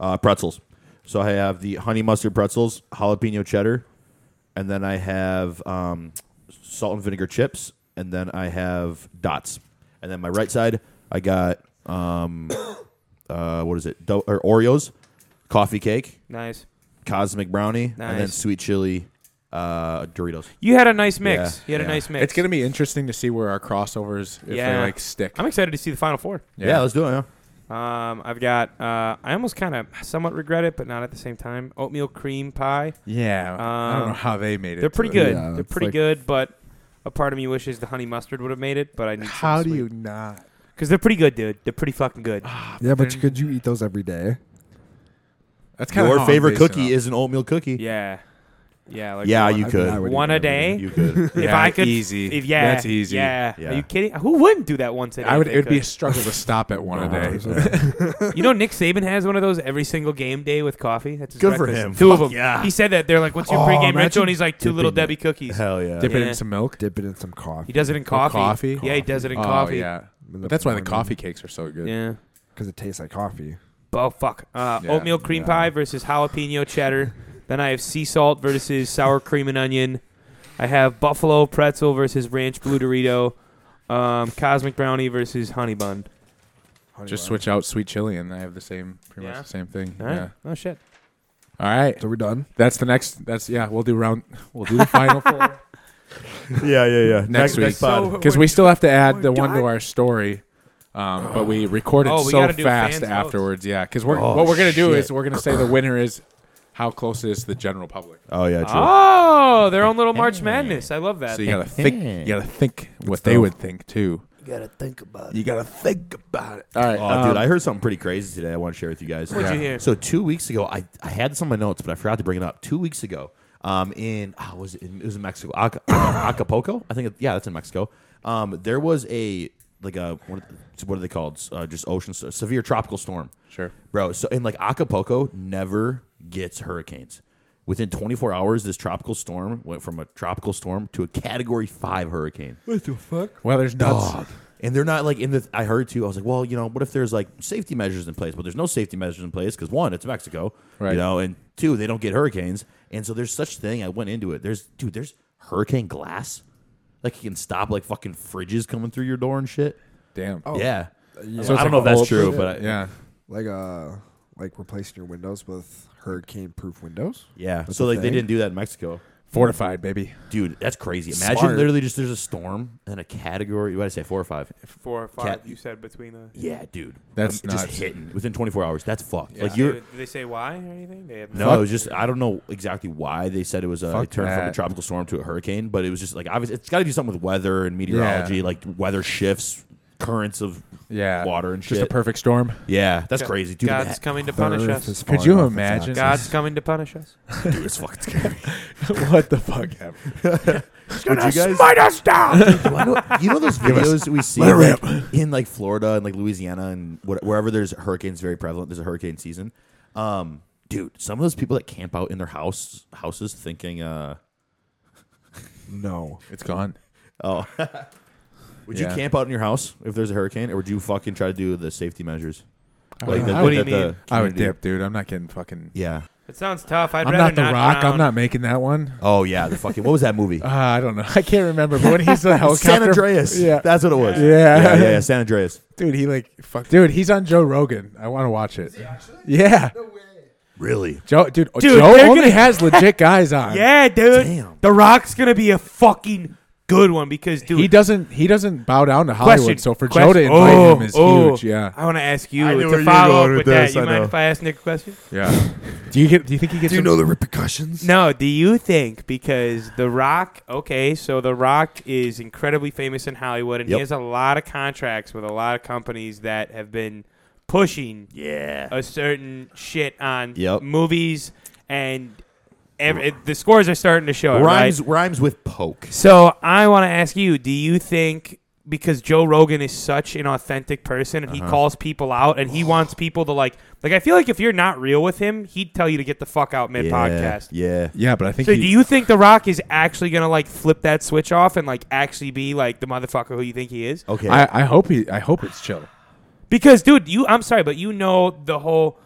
E: uh, pretzels. So I have the honey mustard pretzels, jalapeno cheddar, and then I have um, salt and vinegar chips, and then I have dots, and then my right side I got um, uh, what is it? Do- or Oreos, coffee cake,
F: Nice.
E: cosmic brownie, and then
F: Nice.
E: sweet chili uh, Doritos.
F: You had a nice mix.
E: Yeah,
F: you had
E: yeah.
F: a nice mix.
D: It's gonna be interesting to see where our crossovers if they
F: Yeah.
D: like stick.
F: I'm excited to see the final four.
E: Yeah, let's do it. Yeah.
F: Um, I've got. Uh, I almost kind of somewhat regret it, but not at the same time. Oatmeal cream pie.
D: Yeah, I don't know
F: Um,
D: how they made it.
F: They're pretty
D: to the-
F: good.
C: Yeah,
F: They're
C: it's
F: pretty
C: like-
F: good, but a part of me wishes the honey mustard would have made it. But I need.
D: How do you Ah. not?
F: Because they're pretty good, dude. They're pretty fucking good.
D: uh,
C: Yeah, but you- could you eat those every day?
D: That's kind
E: Your favorite cookie is an oatmeal cookie.
F: yeah. Yeah. Like
D: Uh,
E: yeah,
F: one-
E: you
C: I mean,
E: could.
C: I would eat
F: One
C: that
F: a
C: every
F: day.
E: You could.
F: If
D: Yeah,
F: I could,
D: easy.
F: If yeah,
D: That's easy.
F: Yeah.
E: Yeah.
F: Are you kidding? Who wouldn't do that once a day?
D: I
F: if
D: would.
F: they
D: It'd be a
F: could?
D: struggle to stop at one a day.
F: you know, Nick Saban has one of those every single game day with coffee. That's his
E: Good for
F: breakfast.
E: him.
F: Two of them.
E: yeah.
F: He said that they're like, "What's your
C: Oh,
F: pregame ritual?"
C: imagine
F: And he's like, two little
C: dipping
F: Debbie cookies."
E: Hell yeah.
D: Dip it
F: Yeah.
D: in some milk.
C: Dip it in some coffee.
F: He does it in coffee.
D: coffee?
F: Yeah, he does it in
D: oh
F: coffee.
D: yeah, but that's why the coffee cakes are so good.
F: Yeah.
C: Because it tastes like coffee.
F: Oh fuck. Uh,
D: Yeah.
F: Oatmeal cream
C: Yeah.
F: pie versus jalapeno cheddar. then I have sea salt versus sour cream and onion. I have buffalo pretzel versus ranch blue Dorito. Um, cosmic brownie versus honey bun.
C: Honey
D: Just
C: bun.
D: switch out sweet chili, and I have the same, pretty
F: Yeah.
D: much the same thing.
F: All right.
D: Yeah.
F: Oh shit.
D: All right.
C: So we're done.
D: That's the next. That's yeah. We'll do round. We'll do the final four
E: yeah, yeah, yeah.
D: Next week.
E: pod.
D: because we still have to add the
A: we're
D: one to
A: done?
D: our story. Um, but we recorded
F: Oh, we
D: so
F: gotta do
D: fast
F: fans' votes.
D: afterwards. Yeah, because we're
E: Oh,
D: what we're gonna do
E: shit.
D: is we're gonna say the winner is how close it is to the general public.
E: Oh yeah, true.
F: Oh, their own little March Madness. I love that.
D: So you gotta think. You gotta think what they would think too. You gotta think about it. You gotta think about it. All
E: Oh,
D: right,
E: dude,
D: um,
E: I heard something pretty crazy today. I want to share with you guys.
F: What'd you hear?
E: So two weeks ago, I, I had some of my notes, but I forgot to bring it up. Two weeks ago, um, in ah, was it, in, it was in Mexico, Aca- Acapulco, I think. It, yeah, that's in Mexico. Um, there was a like a what are th- what are they called? Uh, just ocean st- severe tropical storm.
D: Sure.
E: bro. So in like Acapulco, never gets hurricanes. Within 24 hours, this tropical storm went from a tropical storm to a Category Five hurricane.
D: weather's nuts.
E: Dog. And they're not like in the. I heard too. I was like, well, you know, what if there's like safety measures in place? But there's no safety measures in place because one, it's Mexico,
D: Right.
E: you know, and two, they don't get hurricanes. And so there's such thing. I went into it. There's dude. There's hurricane glass. Like you can stop like fucking fridges coming through your door and shit.
D: Damn.
E: yeah.
D: So
E: Oh, I
D: it's
E: don't
D: like
E: know if that's
D: old-
E: true, but I, yeah.
D: Yeah.
C: Like uh, like replacing your windows with hurricane-proof windows.
E: So
C: a
E: like they
C: thing.
E: didn't do that in Mexico.
D: Fortified, baby.
E: Dude, that's crazy. Imagine
C: Smart.
E: literally just there's a storm and a category. What did I say? Four or five.
F: Four or five.
E: Cat-
F: You said between the.
E: Yeah, dude.
D: That's
E: Um, just
D: nuts.
E: hitting within 24 hours. That's fucked. Like
D: Yeah.
E: you're.
F: Did they say why or anything? They have
E: No, it was just I don't know exactly why they said it was a
D: Fuck
E: it turned from a
D: that.
E: tropical storm to a hurricane, but it was just like obviously it's got to do something with weather and meteorology,
D: Yeah.
E: like weather shifts, currents of
D: Yeah.
E: water and
D: Just
E: shit.
D: a perfect storm.
E: yeah, that's
F: Go-
E: crazy, dude.
F: God's
E: that-
F: coming to
C: The
F: punish
C: earth is
F: us.
C: falling
D: Could you
C: off its
D: imagine?
C: axis.
F: God's coming to punish us.
E: dude, it's fucking scary.
D: what the fuck happened?
E: Would you guys?
D: us down.
E: Do I know, you know those videos we see
D: let it
E: like, in like Florida and like Louisiana and what, wherever there's hurricanes very prevalent. There's a hurricane season. Um, dude, some of those people that camp out in their house houses thinking, uh,
C: No.
D: it's gone.
E: oh. Would
D: Yeah.
E: you camp out in your house if there's a hurricane, or would you fucking try to do the safety measures?
D: I
E: the-
D: would-
F: What do you
E: the-
F: mean?
E: the
D: I would
E: community-
D: dip, dude. I'm not getting fucking.
E: Yeah.
F: It sounds tough. I'd
D: I'm
F: rather
D: not the Rock.
F: drown.
D: I'm not making that one.
E: Oh yeah, the fucking what was that movie?
D: Uh, I don't know. I can't remember. But when he's the helicopter,
E: San Andreas.
D: Yeah,
E: that's what it was.
D: Yeah.
E: yeah, yeah, yeah, San Andreas.
D: dude. He like fuck. Dude, he's on Joe Rogan. I want to watch it. Yeah,
E: Really?
D: Joe, dude.
F: Dude,
D: Joe
F: they're
D: only
F: gonna-
D: has legit guys on.
F: Yeah, dude.
E: Damn.
F: The Rock's gonna be a fucking good one because dude.
D: he doesn't. He doesn't bow down to Hollywood.
F: Question,
D: So for
F: question.
D: Joe to invite
F: Oh,
D: him is
F: oh.
D: huge. Yeah,
F: I want to ask you
E: I knew where
F: to
E: you were
F: follow
E: going
F: up with
E: with
F: that.
E: this,
F: you
E: I
F: mind
E: know.
F: if I ask Nick a question?
D: yeah. do you get? Do you think he gets?
C: Do you
D: some-
C: know the repercussions?
F: No, do you think because The Rock, okay, so The Rock is incredibly famous in Hollywood and he
E: Yep.
F: has a lot of contracts with a lot of companies that have been pushing
E: Yeah.
F: a certain shit on
E: Yep.
F: movies and ev- it- the scores are starting to show it, Oh, right?
E: Rhymes rhymes with poke.
F: So I want to ask you: Do you think because Joe Rogan is such an authentic person and
C: Uh-huh.
F: he calls people out and he wants people to like, like I feel like if you're not real with him, he'd tell you to get the fuck out mid podcast.
E: Yeah.
D: Yeah, but I think
F: So
D: he-
F: do you think The Rock is actually gonna like flip that switch off and like actually be like the motherfucker who you think he is?
E: Okay.
D: I, I hope he. I hope it's chill.
F: Because dude, you I'm sorry, but you know the whole,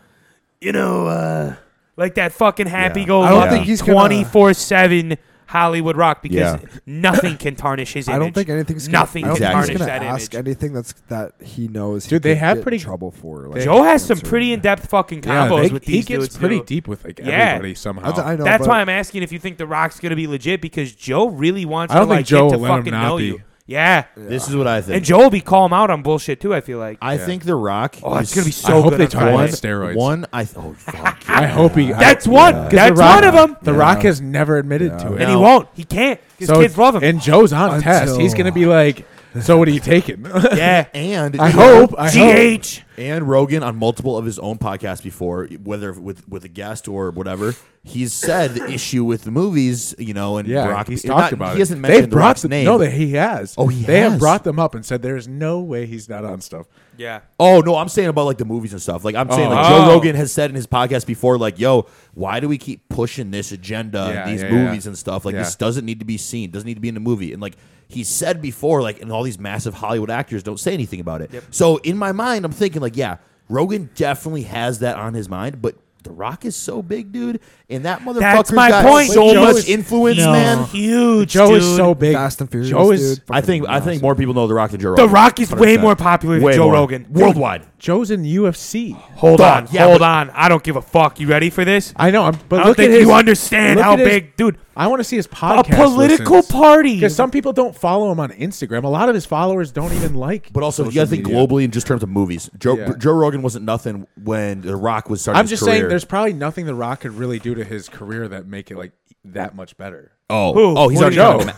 F: you know, uh, like that fucking happy go
C: I don't think
F: lucky
C: he's gonna-
F: twenty four seven Hollywood Rock because
E: Yeah.
F: nothing can tarnish his image.
C: I don't think anything's gonna,
F: Nothing
C: I don't
E: can
C: think
E: tarnish
C: he's gonna
F: that
C: ask
F: image.
C: anything that's that he knows. he
D: Dude, they
C: could
D: have
C: get in
D: pretty-
C: trouble for. Like,
F: Joe has some
C: cancer.
F: pretty in depth fucking
D: Yeah,
F: combos
D: they-
F: with
D: he
F: these
D: gets
F: dudes.
D: pretty
F: too.
D: deep with like
F: Yeah.
D: everybody somehow.
C: I, I know.
F: That's
C: but
F: why I'm asking if you think The Rock's gonna be legit because Joe really wants
D: I don't
F: to like
D: think Joe
F: get to
D: will let him
F: fucking
D: not
F: know
D: be.
F: you. Yeah.
E: This is what I think.
F: And Joe will be calling him out on bullshit too, I feel like.
E: I think The Rock.
F: Oh, it's
E: is
F: gonna be so
D: I hope
F: good
D: they
F: on
D: talk about
F: Friday.
D: steroids.
E: One, I th- oh fuck.
D: I hope he. I-
F: That's one.
D: Yeah. 'Cause
F: That's
D: The Rock-
F: one of them.
D: The Rock has never admitted to it.
F: And he
E: No.
F: won't. He can't. His kids love him.
D: And Joe's on test.
C: Until-
D: He's gonna be like, "So what are you taking?"
F: yeah.
E: and
D: I hope. I hope.
F: GH.
E: And Rogan on multiple of his own podcasts before, whether with with a guest or whatever, he's said the issue with the movies, you know, and
D: Yeah,
E: Rock,
D: he's
E: not-
D: talked about
E: He
D: it.
E: hasn't mentioned
D: They've
E: the
D: brought
E: Rock's
D: the,
E: name.
D: No, that he has.
E: Oh, he
D: They have
E: has.
D: brought them up and said there is no way he's not on stuff.
F: Yeah.
E: Oh no, I'm saying about like the movies and stuff. Like I'm saying, like
F: Oh.
E: Joe Rogan has said in his podcast before, like, "Yo, why do we keep pushing this agenda
D: Yeah,
E: and these
D: yeah, yeah.
E: movies and stuff? Like
D: Yeah.
E: this doesn't need to be seen, doesn't need to be in the movie." And like he said before, like, and all these massive Hollywood actors don't say anything about it. So in my mind, I'm thinking, like, yeah, Rogan definitely has that on his mind, but The Rock is so big, dude, and that motherfucker
F: That's my
E: got
F: point.
E: so
F: Joe
E: much
F: is-
E: influence,
D: No.
E: man.
F: Huge.
D: Joe is
F: dude.
D: so big.
C: Fast and Furious.
D: Joe is-
C: dude,
E: I think
C: fucking
E: I think
C: awesome.
E: more people know The Rock than Joe Rogan.
F: The Rock is way
E: 100%.
F: more popular
E: Way
F: than Joe
E: more.
F: Rogan.
E: worldwide.
D: Joe's in UFC.
F: Hold
E: Dog,
F: on,
E: yeah,
F: hold
E: but-
F: on. I don't give a fuck. You ready for this?
D: I know, I'm, but
F: I don't
D: look
F: think
D: at his.
F: you understand
D: look
F: how
D: at his-
F: big, dude.
D: I want to see his podcast.
F: A political
D: listens.
F: party.
D: Because some people don't follow him on Instagram. A lot of his followers don't even like.
E: But also, you
D: social
E: got to think
D: media.
E: globally in just terms of movies. Joe,
D: Yeah.
E: Joe Rogan wasn't nothing when The Rock was starting.
D: I'm
E: his
D: just
E: career.
D: saying, there's probably nothing The Rock could really do to his career that make it like that much better.
E: oh
F: Who?
E: oh he's
F: What
E: already
F: do you
E: done
D: know?
E: it.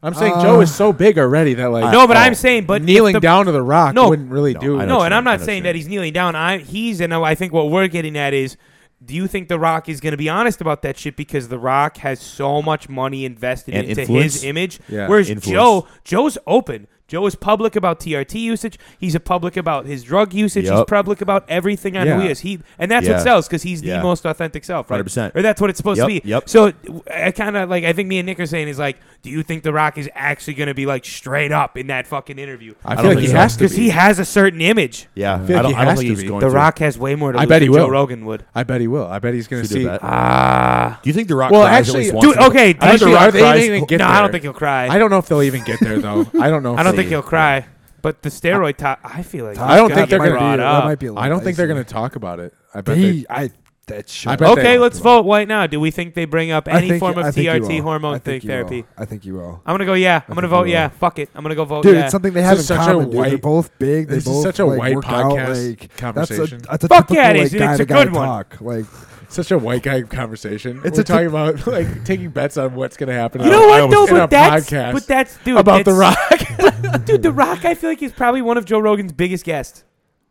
D: I'm saying Joe is so big already that like
F: no, but
E: Oh.
F: I'm saying, but if
D: kneeling
F: the-
D: down to The Rock
F: No,
D: wouldn't really
E: no,
D: do.
E: I
D: it.
E: know
F: No,
E: what you
F: and
E: mean.
F: I'm
E: I
F: not
E: know
F: saying
E: what you
F: that he's kneeling down. I he's and I think what we're getting at is, do you think The Rock is going to be honest about that shit because The Rock has so much money invested
E: And
F: into
E: influence?
F: his image?
D: Yeah,
F: Whereas
E: influence.
F: Joe, Joe's open. Joe is public about TRT usage. He's a public about his drug usage. He's
E: Yep.
F: public about everything on who
D: Yeah.
F: he is. He and that's
E: Yeah.
F: what sells because he's
E: Yeah.
F: the most authentic self, right?
E: 100%.
F: Or that's what it's supposed to
E: Yep,
F: be.
E: yep.
F: So I kind of like I think me and Nick are saying is like, do you think The Rock is actually going to be like straight up in that fucking interview?
D: I
E: don't
D: feel like
E: think
D: he
E: so.
D: has to
F: Because he
D: be.
F: has a certain image.
E: Yeah,
D: feel
E: I
D: like
E: don't,
D: he
E: I don't
D: has
E: think
D: to
E: he's
D: be.
E: going.
F: The
E: to.
F: Rock has way more to
D: I
F: lose
D: bet he
F: than Joe
D: will.
F: Rogan would.
D: I bet he will. I bet he's going
E: Should
D: to
E: do
D: see.
E: that.
F: Ah,
E: Do you think The Rock?
D: Well,
E: cries at
D: actually-
E: least once
F: dude.
E: in a-
F: Okay,
D: I think
F: does
D: The
F: he
D: Rock
F: cry?
D: they didn't even get
F: No, I don't
D: there.
F: think he'll cry.
D: I don't know if they'll even get there though. I don't know. If
F: I don't
D: they-
F: think he'll cry. But the steroid top, I feel like
D: I don't
F: he's
D: think
F: gotta
D: they're
F: be
D: gonna
F: brought
C: be- that
F: up.
C: might be a-
D: I don't think they're going to talk about it. I bet
C: He,
D: they.
C: I that shit.
D: I bet they-
F: Okay, let's vote right now. Do we think they bring up
C: I
F: any
C: think-
F: form
C: I
F: of
C: think you
F: TRT
C: will. I
F: hormone
C: think
F: th-
C: you will.
F: therapy?
C: I think you will.
F: I'm gonna go yeah. I'm gonna
C: think you
F: vote
C: will.
F: yeah. Fuck it. I'm gonna go vote
C: Dude,
F: yeah.
C: it's something they
D: This
C: have in
D: is such a
C: common. dude. They're
D: white-
C: both big. They
D: this is
C: both
D: such a
C: like,
D: white
C: work out,
D: podcast
C: like,
D: conversation.
C: That's a, that's a
F: Fuck
C: typical,
F: yeah, it
C: like,
F: is, dude.
C: guy
F: It's
C: to
F: a
C: guy
F: good one.
C: Talk. Like
D: Such a white guy conversation.
C: It's
D: We're
C: a
D: talking about like taking bets on what's going to happen.
F: you
D: on-
F: know what though?
D: in a
F: But that's
D: podcast
F: but that's dude
D: about the
F: that's-
D: rock.
F: Dude, The Rock. I feel like he's probably one of Joe Rogan's biggest guests.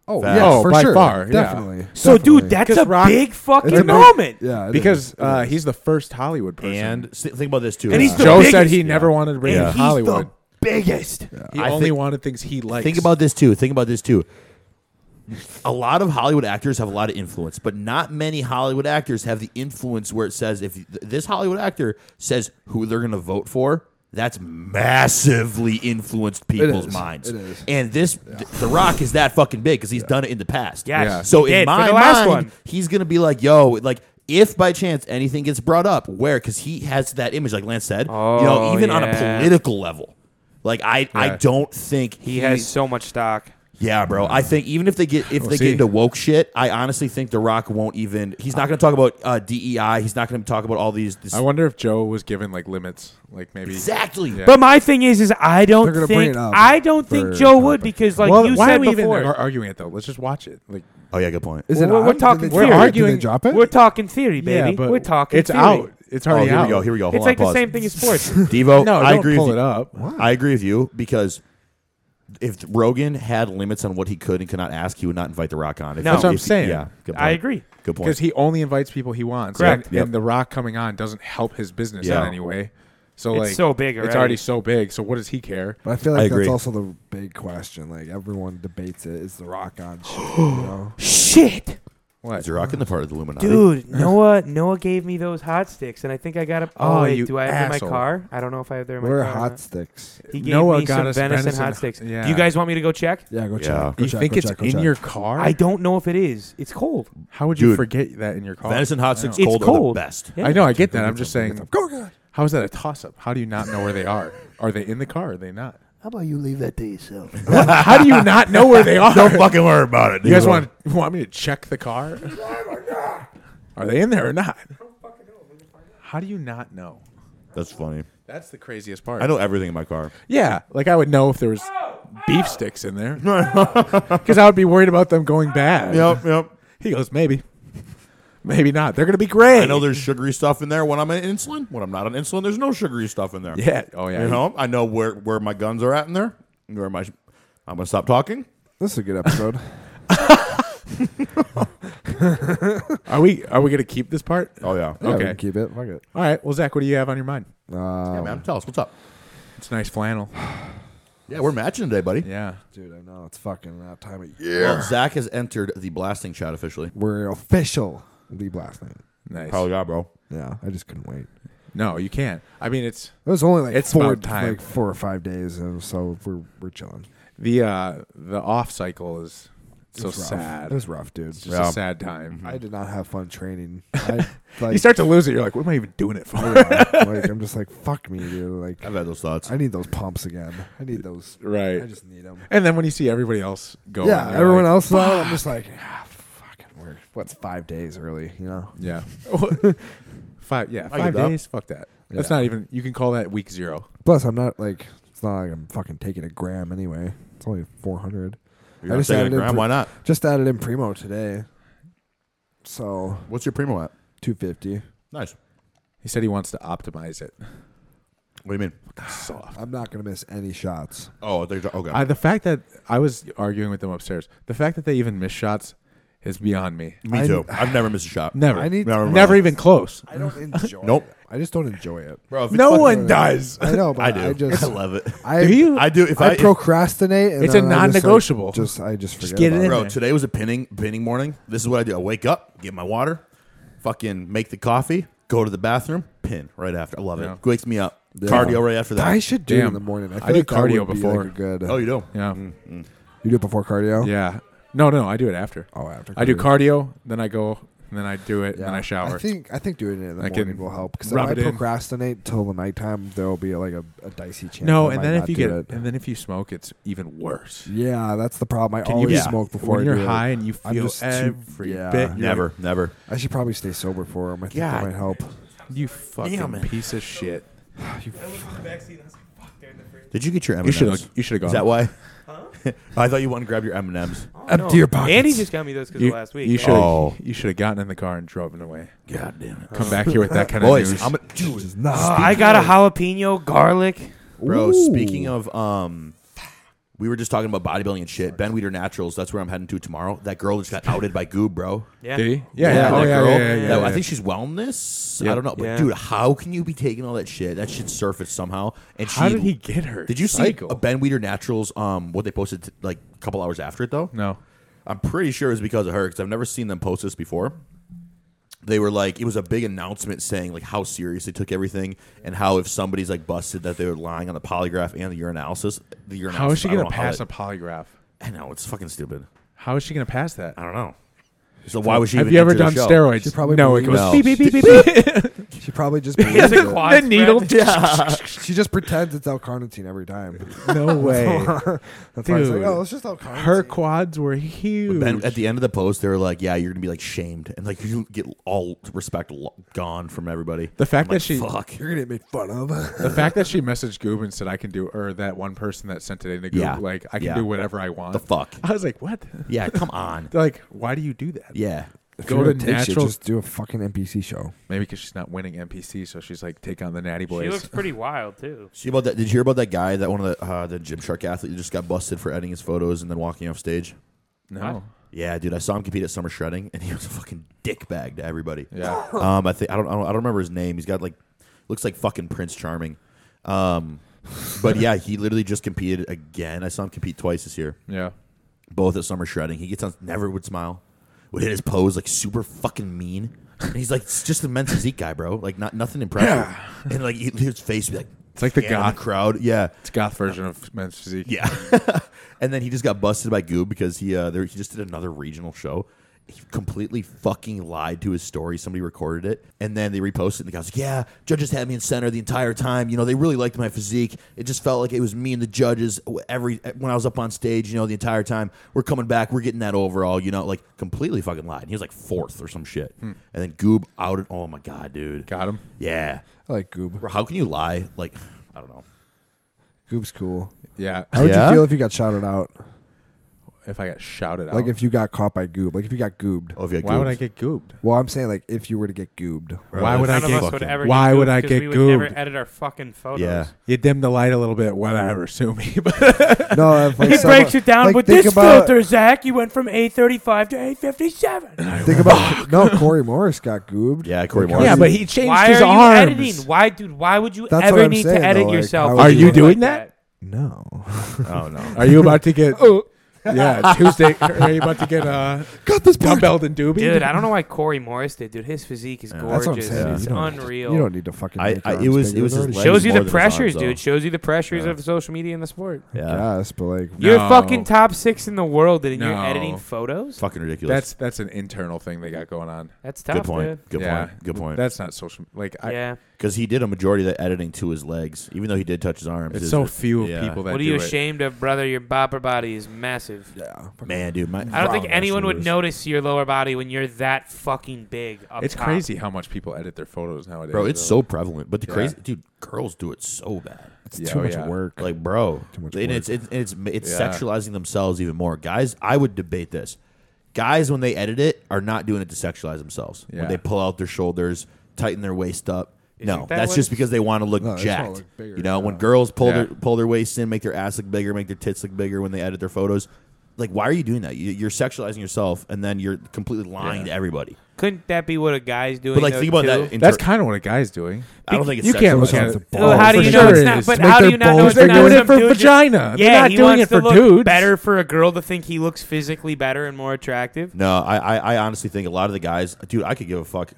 C: oh
E: Facts.
C: yeah,
D: Oh,
C: for
D: by
C: sure,
D: far, yeah.
C: definitely.
F: So
C: definitely.
F: dude, that's
D: Because
F: a
D: Rock-
F: big
C: It's a
F: fucking
C: big-
F: moment.
C: yeah, it
D: because
C: is. It
D: uh,
C: is.
D: he's the first Hollywood person.
E: And s- think about this too.
F: And he's the
D: Joe said
F: biggest-
D: he never wanted to bring
F: And
D: up
F: he's
D: Hollywood.
F: the biggest.
D: He
E: I
D: only
E: think-
D: wanted things he likes.
E: Think about this too. Think about this too. A lot of Hollywood actors have a lot of influence, but not many Hollywood actors have the influence where it says if th- this Hollywood actor says who they're going to vote for, that's massively influenced people's
C: is.
E: minds.
C: It is.
E: And this, th- The Rock is that fucking big because he's done it in the past.
F: Yes,
D: Yeah.
E: So
F: he
E: in
F: did for
E: my
F: the last
E: mind,
F: one.
E: he's gonna be like, "Yo, like if by chance anything gets brought up, where?" Because he has that image, like Lance said, you know,
F: Oh,
E: even on a
F: yeah.
E: political level. Like I, I
D: Yeah.
E: don't think
F: He has so much stock.
E: yeah, bro. I think even if they get if
D: We'll
E: they
D: see.
E: get into woke shit, I honestly think The Rock won't even. He's not going to talk about uh, DEI. He's not going to talk about all these. This,
D: I wonder if Joe was given like limits, like maybe.
E: exactly.
D: Yeah.
F: But my thing is, is I
C: They're
F: don't
C: gonna bring
F: think
C: it up
F: I don't think
C: for
F: Joe would
C: topic.
F: because, like
D: Well,
F: you
D: why
F: said
D: are we
F: before,
D: even ar- arguing it though? Let's just watch it. Like,
E: Oh yeah, good point.
C: Is
F: Well,
C: it
F: we're-
C: on?
F: we're
C: Did
F: talking
C: they-
F: theory.
C: did they
D: Arguing-
C: drop it?
F: we're talking theory,
D: yeah,
F: baby.
D: but
F: we're talking.
D: It's
F: theory.
D: out. It's
E: Oh,
D: already
E: here
D: out.
E: we go. Here we go. Hold
F: it's
E: on,
F: like
E: pause.
F: the same thing as sports.
E: Devo,
D: No,
E: I
D: don't
E: agree
D: pull
E: with
D: it
E: you.
D: up.
E: I agree with you because if Rogan had limits on what he could and could not ask, he would not invite The Rock on. If,
F: No. That's
D: what I'm
E: if-
D: saying.
E: Yeah, good point.
F: I agree.
E: Good point.
D: because he only invites people he wants.
F: Correct.
D: And,
E: Yep.
D: and The Rock coming on doesn't help his business
E: Yeah.
D: in any way. So
F: It's
D: like,
F: so big
D: It's
F: already.
D: already so big. So what does he care?
C: But I feel
E: I
C: like
E: agree.
C: that's also the big question. Like everyone debates it. Is the Rock on? shit,
D: Oh
C: you know?
F: Shit,
D: What?
E: Is The Rock in the part of the Illuminati?
F: dude. Noah, Noah gave me those hot sticks, and I think I got a. Oh,
D: Oh,
F: wait,
D: you
F: do I have them in
D: asshole.
F: my car? I don't know if I have them in my
C: We're
F: car. or
C: hot
F: not.
C: sticks.
F: He gave
D: Noah
F: me
D: got
F: some
D: us
F: venison,
D: venison-
F: hot sticks.
D: yeah.
F: Do you guys want me to go check?
C: Yeah, go check.
E: Yeah.
C: Go
D: you
C: check,
D: think
C: go
D: it's
C: check, go
D: in
C: check.
D: your car?
F: I don't know if it is. It's cold.
D: How would you
E: Dude.
D: forget that in your car?
E: Venison hot sticks
F: It's
E: cold,
F: cold.
E: are the best.
F: Yeah.
D: I know. I get that. I'm just saying.
C: Go get it.
D: How is that a toss-up? How do you not know where they are? Are they in the car? Are they not?
B: How about you leave that to yourself?
D: How do you not know where they are?
E: fucking worry about it.
D: You guys want want me to check the car? Are they in there or not? How do you not know?
E: That's funny.
D: That's the craziest part.
E: I know everything in my car.
D: Yeah, like I would know if there was beef sticks in there, because I would be worried about them going bad.
E: yep.
D: He goes, maybe, maybe not. They're gonna be great.
E: I know there's sugary stuff in there when I'm on insulin. When I'm not on insulin, there's no sugary stuff in there.
D: Yeah. Oh yeah.
E: You know, I know where, where my guns are at in there. Where my I'm gonna stop talking.
C: This is a good episode.
D: Are we are we gonna keep this part?
E: Oh yeah.
C: Yeah, we
D: Okay.
C: can keep it. Fuck it.
D: All right. Well, Zach, what do you have on your mind?
C: Um,
E: Yeah, man. Tell us what's up.
D: It's nice flannel.
E: Yeah, we're matching today, buddy.
D: Yeah.
C: Dude, I know it's fucking that time of year.
E: Well, Zach has entered the blasting chat officially.
C: We're official the blast night.
D: Nice.
E: yeah, bro.
C: Yeah, I just couldn't wait.
D: No, you can't. I mean, it's
C: It was only like
D: It's
C: four,
D: about time.
C: like four or five days, and so we're we're chilling.
D: the uh the off cycle is so
C: It's rough.
D: sad.
C: It was rough, dude.
D: It's just
E: Yeah.
D: a sad time.
C: I did not have fun training. I, like,
D: Mm-hmm. you start to lose it. You're like, what am I even doing it for?
C: like I'm just like fuck me, dude. Like
E: I've had those thoughts.
C: I need those pumps again. I need those. I
D: right.
C: just need them.
D: And then when you see everybody else go,
C: yeah, everyone else though, I'm just like, ah, fucking, we're what's five days early, you know?
D: Yeah. Well, five. Yeah.
E: I get
D: Five
E: that.
D: days. Fuck that. That's
C: Yeah.
D: not even. You can call that week zero.
C: Plus, I'm not like it's not like I'm fucking taking a gram anyway. It's only 400.
E: You're
C: I
E: not
C: just
E: taking a
C: added in
E: gram,
C: pr-
E: Why not?
C: Just added in primo today, so
E: What's your primo at?
C: 250.
E: Nice.
D: He said he wants to optimize it.
E: What do you mean?
D: Soft.
C: I'm not gonna miss any shots.
E: Oh, there's okay.
D: I, the fact that I was arguing with them upstairs, the fact that they even miss shots is beyond me.
E: me
C: I-
E: too. I, have never missed a shot.
D: Never.
C: I need-
E: Never mind.
D: never even close.
C: I don't enjoy.
E: Nope.
C: it. I just don't enjoy it.
E: Bro, if it's
D: No
E: fucking-
D: one does.
C: I know, but
E: I do. I,
C: just
E: love it.
C: I
D: Do you?
E: I do. If
C: I,
E: I, if,
C: procrastinate. And
D: It's a
C: then I just, like,
D: non-negotiable.
C: Just, I just forget.
D: Just get it
C: about
D: in.
E: bro,
D: there.
E: today was a pinning pinning morning. This is what I do. I wake up, get my water, fucking make the coffee, go to the bathroom, pin right after. I love
D: Yeah.
E: it. Wakes me up.
C: Yeah.
E: Cardio right after that.
C: I should do it in
D: Damn.
C: the morning. I,
D: I
C: feel
D: do
C: like that
D: cardio
C: would be,
D: before.
C: like, a good. uh,
E: oh, you do.
D: Yeah.
C: you do it before cardio.
D: Yeah. No, no, I do it after.
C: Oh, after.
D: I do cardio, then I go, and then I do it, and then I shower.
C: I think I think doing it in the
D: I can
C: morning will help because if
D: rub
C: I
D: it in.
C: procrastinate till the nighttime, there will be like a, a dicey chance.
D: no, and
C: I might
D: then if
C: not
D: you
C: do
D: get,
C: it.
D: and then if you smoke, it's even worse.
C: yeah, that's the problem. I
D: Can you
C: always
D: be-
C: smoke before
D: when
C: I
D: you're
C: do it.
D: high and you
C: I'm
D: feel
C: just too-
D: every
C: yeah.
D: bit. you're
E: Never,
D: like,
E: never.
C: I should probably stay sober for him. I think
E: God.
C: that might help.
D: you fucking piece of shit.
F: I looked in the backseat and I was like, fuck, they're in the fridge.
E: Did you get your M&Ms?
D: You should have. You should have gone.
E: Is that why? I thought you wanted to grab your M&Ms.
C: Up to your pockets.
F: Andy just got me those because
D: You,
F: of last week.
D: you
F: yeah.
D: should.
E: Oh.
D: You should have gotten in the car and driven away.
E: God damn it.
D: Come back here with that kind of
E: Boys,
D: news.
E: I'm a, dude,
C: Nah,
F: Uh, I got a jalapeno garlic.
E: bro,
C: Ooh.
E: speaking of um we were just talking about bodybuilding and shit. Ben Weider Naturals, that's where I'm heading to tomorrow. That girl just got outed by Goob, bro.
F: Yeah.
D: Did he? Yeah, yeah,
E: that
D: oh, yeah,
E: girl.
D: yeah, yeah, yeah,
E: That-
D: yeah.
E: I think she's wellness.
D: Yeah.
E: I don't know, but
F: Yeah.
E: dude, how can you be taking all that shit? That shit surfaced somehow. And she,
D: How did he get her?
E: Did you see
D: cycle?
E: a Ben Weider Naturals? Um, what they posted t- like a couple hours after it though.
D: No.
E: I'm pretty sure it was because of her because I've never seen them post this before. They were like, it was a big announcement saying like how serious they took everything and how if somebody's like busted that they were lying on the polygraph and the urinalysis, the urinalysis.
D: How is she
E: I don't
D: gonna
E: know how
D: pass
E: that-
D: a polygraph?
E: I know it's fucking stupid.
D: How is she gonna pass that?
E: I don't know. So why was she?
D: Have
E: even
D: you ever
E: into the
D: done
E: show?
D: steroids?
C: She probably
D: no, it
C: believes-
D: was
E: No.
D: beep beep beep beep. beep.
C: She probably just
F: He has
C: believes
F: a
C: it.
F: quad spread.
D: needle-
E: Yeah.
C: She just pretends it's L-carnitine every time.
D: no way.
C: That's why I was like,
D: Dude.
C: oh, it's just L-carnitine.
D: Her quads were huge.
E: Then at the end of the post, they were like, "Yeah, you're gonna be like shamed, and like you get all respect lo- gone from everybody."
D: The fact
E: I'm like,
D: that she-
E: fuck,
C: You're gonna get made fun of.
D: the fact that she messaged Goob and said I can do, or that one person that sent it into Goob,
E: Yeah.
D: like I can
E: Yeah.
D: do whatever I want.
E: the fuck,
D: I was like, what?
E: yeah, come on,
D: They're like, why do you do that?
E: yeah,
C: If
D: Go to
C: you're gonna take shit,
D: natural-
C: just do a fucking NPC show.
D: Maybe because she's not winning NPC, so she's like, take on the natty
F: She
D: boys.
F: looks pretty wild too.
E: See about that? Did you hear about that guy that one of the uh, the Gymshark athlete who just got busted for editing his photos and then walking off stage?
D: no.
E: Yeah, dude, I saw him compete at summer shredding, and he was a fucking dickbag to everybody.
D: Yeah.
E: Um, I think I don't, I don't I don't remember his name. He's got like looks like fucking Prince Charming. Um, but yeah, he literally just competed again. I saw him compete twice this year,
D: Yeah.
E: both at summer shredding. He gets on, never would smile, would hit his pose like super fucking mean, and he's like it's just a men's physique guy, bro. Like not nothing impressive, and like he, his face would be like.
D: It's like the
E: "Yeah," in
D: goth,
E: crowd, yeah.
D: it's goth version of men's physique.
E: Yeah. and then he just got busted by Goob because he uh, there, he just did another regional show. He completely fucking lied to his story. Somebody recorded it, and then they reposted. it, And the guy's like, "Yeah, judges had me in center the entire time. You know, they really liked my physique. It just felt like it was me and the judges every when I was up on stage. You know, the entire time we're coming back, we're getting that overall. You know, like completely fucking lied. And he was like fourth or some shit, and then Goob outed. Oh my god, dude.
D: Hmm. Got him.
E: Yeah,
C: I like Goob.
E: Bro, how can you lie? Like, I don't know.
C: Goob's cool.
D: Oh, Yeah.
C: How would
E: Yeah?
C: you feel if you got shouted out?
D: If I got shouted out,
C: Like if you got caught by Goob. Like if you got goobed.
E: Oh, if you had
D: why would
E: Goobed.
D: I get gooped?
C: Well, I'm saying like if you were to get goobed.
E: Bro,
D: Why would
E: that's
D: I get-
F: None of us would
E: fucking-
F: ever.
D: Why
F: get
D: would
F: gooped
D: I
F: 'cause
D: get
F: we would never
D: gooped?
F: edit our fucking photos.
E: Yeah.
D: You dim the light a little bit, whatever. Sue me. But
C: No, if, like,
F: He
C: someone-
F: breaks it down
C: like,
F: with
C: think
F: this
C: about,
F: filter, Zach. You went from eight thirty-five to eight fifty-seven.
C: Think about no. Corey Morris got goobed.
E: Yeah, Corey
C: Because-
E: Morris. Yeah,
D: he changed
F: Why are you editing? Why, dude? Why would you
C: That's what
F: ever
C: I'm
F: need
C: saying,
F: to edit
C: though, like,
F: yourself?
C: how
F: when
D: would you
F: look
D: do
F: like
D: that?
C: No.
E: Oh no.
D: Are you about to get? Yeah, Tuesday. Are you about to get uh,
C: Got this part.
D: dumbbelled and doobie?
F: Dude, I don't know why Corey Morris did. Dude, his physique is gorgeous.
C: That's what I'm saying.
F: It's
C: you don't,
F: unreal.
C: You don't need to fucking.
E: I-
C: make
E: I-
C: your
E: it
C: arms
E: was-
C: bigger.
E: it was
C: They're
E: his
C: already-
E: leg.
F: Shows you
E: more
F: the
E: than his arms,
F: pressures,
E: though.
F: dude. Shows you the pressures
E: Yeah.
F: of social media and the sport.
E: Yeah.
C: Yes, but like
F: You're
D: No.
F: fucking top six in the world, and you're
D: No.
F: editing photos.
E: Fucking ridiculous.
D: That's that's an internal thing they got going on.
F: That's tough,
E: good point.
F: dude.
E: Good
D: Yeah.
E: point. Good point.
D: That's not social. Like, I,
F: yeah.
E: Because he did a majority of the editing to his legs, even though he did touch his arms.
D: it's
E: His-
D: so few
E: Yeah.
D: people that
F: What
D: do
F: are you
D: it.
F: ashamed of, brother? Your upper body is massive.
C: yeah,
E: man, dude. My,
F: I don't think
C: Wow,
F: anyone would
C: shoulders.
F: notice your lower body when you're that fucking big. Up
D: It's
F: top.
D: crazy how much people edit their photos nowadays.
E: bro, it's so prevalent. But the
D: Yeah.
E: crazy dude, girls do it so bad.
C: it's
D: Yeah,
C: too
D: oh,
C: much
D: yeah.
C: work.
E: Like, bro,
C: Too much
E: and
C: work.
E: it's it's it's, it's
D: Yeah.
E: sexualizing themselves even more. Guys, I would debate this. Guys, when they edit it, are not doing it to sexualize themselves.
D: Yeah.
E: When they pull out their shoulders, tighten their waist up. no,
F: that
E: that's
F: what
E: just
F: it's-
E: because they want to look
C: No, they just wanna
E: jacked.
C: look bigger,
E: you know, when
C: yeah.
E: girls pull their
D: Yeah.
E: pull their waist in, make their ass look bigger, make their tits look bigger when they edit their photos. Like, why are you doing that? You, you're sexualizing yourself, and then you're completely lying to everybody.
F: Couldn't that be what a guy's doing?
E: But like,
F: though,
E: think about
F: too?
E: that. in
D: That's
E: ter-
D: kind of what a guy's doing.
E: I don't think it's
D: you can't look
E: sexualizing.
D: at
C: It's
D: it.
C: a
F: Well, how do
C: for
F: you
C: sure
F: know
C: it
F: it's not?
C: is.
F: But
C: Make
F: how do
C: their
F: you not know
C: balls
F: it's
D: They're
F: not?
D: doing it
F: Some
D: for
F: dude just-
D: vagina. They're
F: Yeah,
D: not
F: he
D: doing
F: wants
D: it
F: to
D: for
F: look
D: dudes.
F: Better for a girl to think he looks physically better and more attractive.
E: No, I, I, I honestly think a lot of the guys, dude, I could give a fuck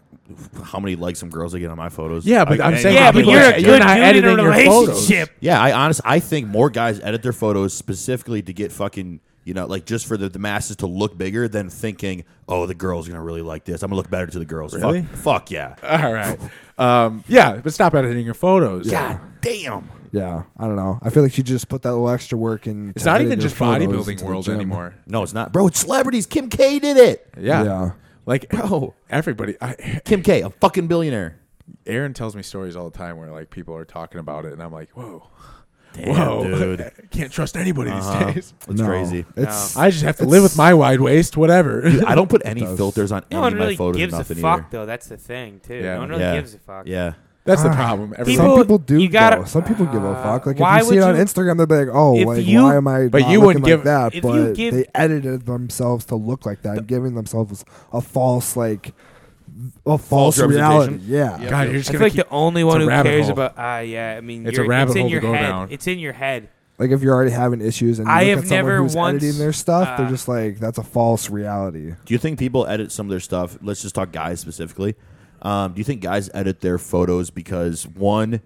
E: how many likes some girls I get on my photos.
D: Yeah, but
E: I-
D: I'm
E: and-
D: saying
F: Yeah,
D: how
F: but
D: people
F: you're
D: are-
F: a good
D: you're not
F: dude in
D: editing
F: a
D: your photos.
F: relationship.
E: yeah. I honest, I think more guys edit their photos specifically to get fucking, you know, like just for the, the masses to look bigger than thinking, oh, the girls gonna really like this. I'm gonna look better to the girls.
D: Really?
E: Fuck, fuck yeah.
D: All right. Um, yeah, but stop editing your photos.
E: God damn.
C: yeah, I don't know. I feel like you just put that little extra work in.
D: It's
C: to
D: not
C: edit
D: even
C: your
D: just
C: photos
D: bodybuilding
C: into the
D: world
C: gym.
D: anymore.
E: No, it's not, bro. It's celebrities. Kim K did it.
D: Yeah.
C: Yeah.
D: Like
E: Bro.
D: everybody I,
E: Kim K, a fucking billionaire.
D: Aaron tells me stories all the time where like people are talking about it and I'm like, "Whoa.
E: Damn,
D: whoa.
E: dude.
D: Can't trust anybody
E: Uh-huh.
D: these days."
E: It's
C: No,
E: crazy.
C: It's
D: I just have to live with my wide waist, whatever.
E: I don't put any
C: does.
E: filters on
F: No
E: any
F: one
E: of my
F: really
E: photos.
F: gives a
E: nothing
F: fuck,
E: either.
F: though. That's the thing, too.
D: Yeah.
F: No one really
E: yeah.
F: gives a fuck.
E: Yeah.
D: That's the
E: Uh,
C: Ah.
D: problem.
C: some
D: Everybody,
F: People-
C: people do.
F: you gotta- Uh,
C: though. Some people give a fuck. Like
F: Why
C: if you see
F: would
C: it on
F: you-
C: Instagram, they're like, "Oh,
F: If
C: like
F: you-
C: why am I?"
D: But
C: not
D: you wouldn't
C: looking
D: give-
C: like that.
F: if
C: But
F: you give-
C: they edited themselves to look like that, and giving themselves a false like a false, reality.
E: representation.
C: Yeah.
D: God, you're just
F: I feel
D: going
F: like
D: to keep
F: the only one
D: a
F: who
D: rabbit
F: cares
D: hole.
F: about. Ah, yeah. I mean,
D: It's a
F: you're,
D: rabbit
F: in
D: hole to
F: your
D: go
F: head.
D: down.
F: It's in your head.
C: Like if you're already having issues and you
F: I
C: look
F: have
C: at someone
F: never
C: who's
F: once,
C: editing their stuff, they're
F: uh,
C: just like, "That's a false reality."
E: Do you think people edit some of their stuff? Let's just talk guys specifically. Um, do you think guys edit their photos because one,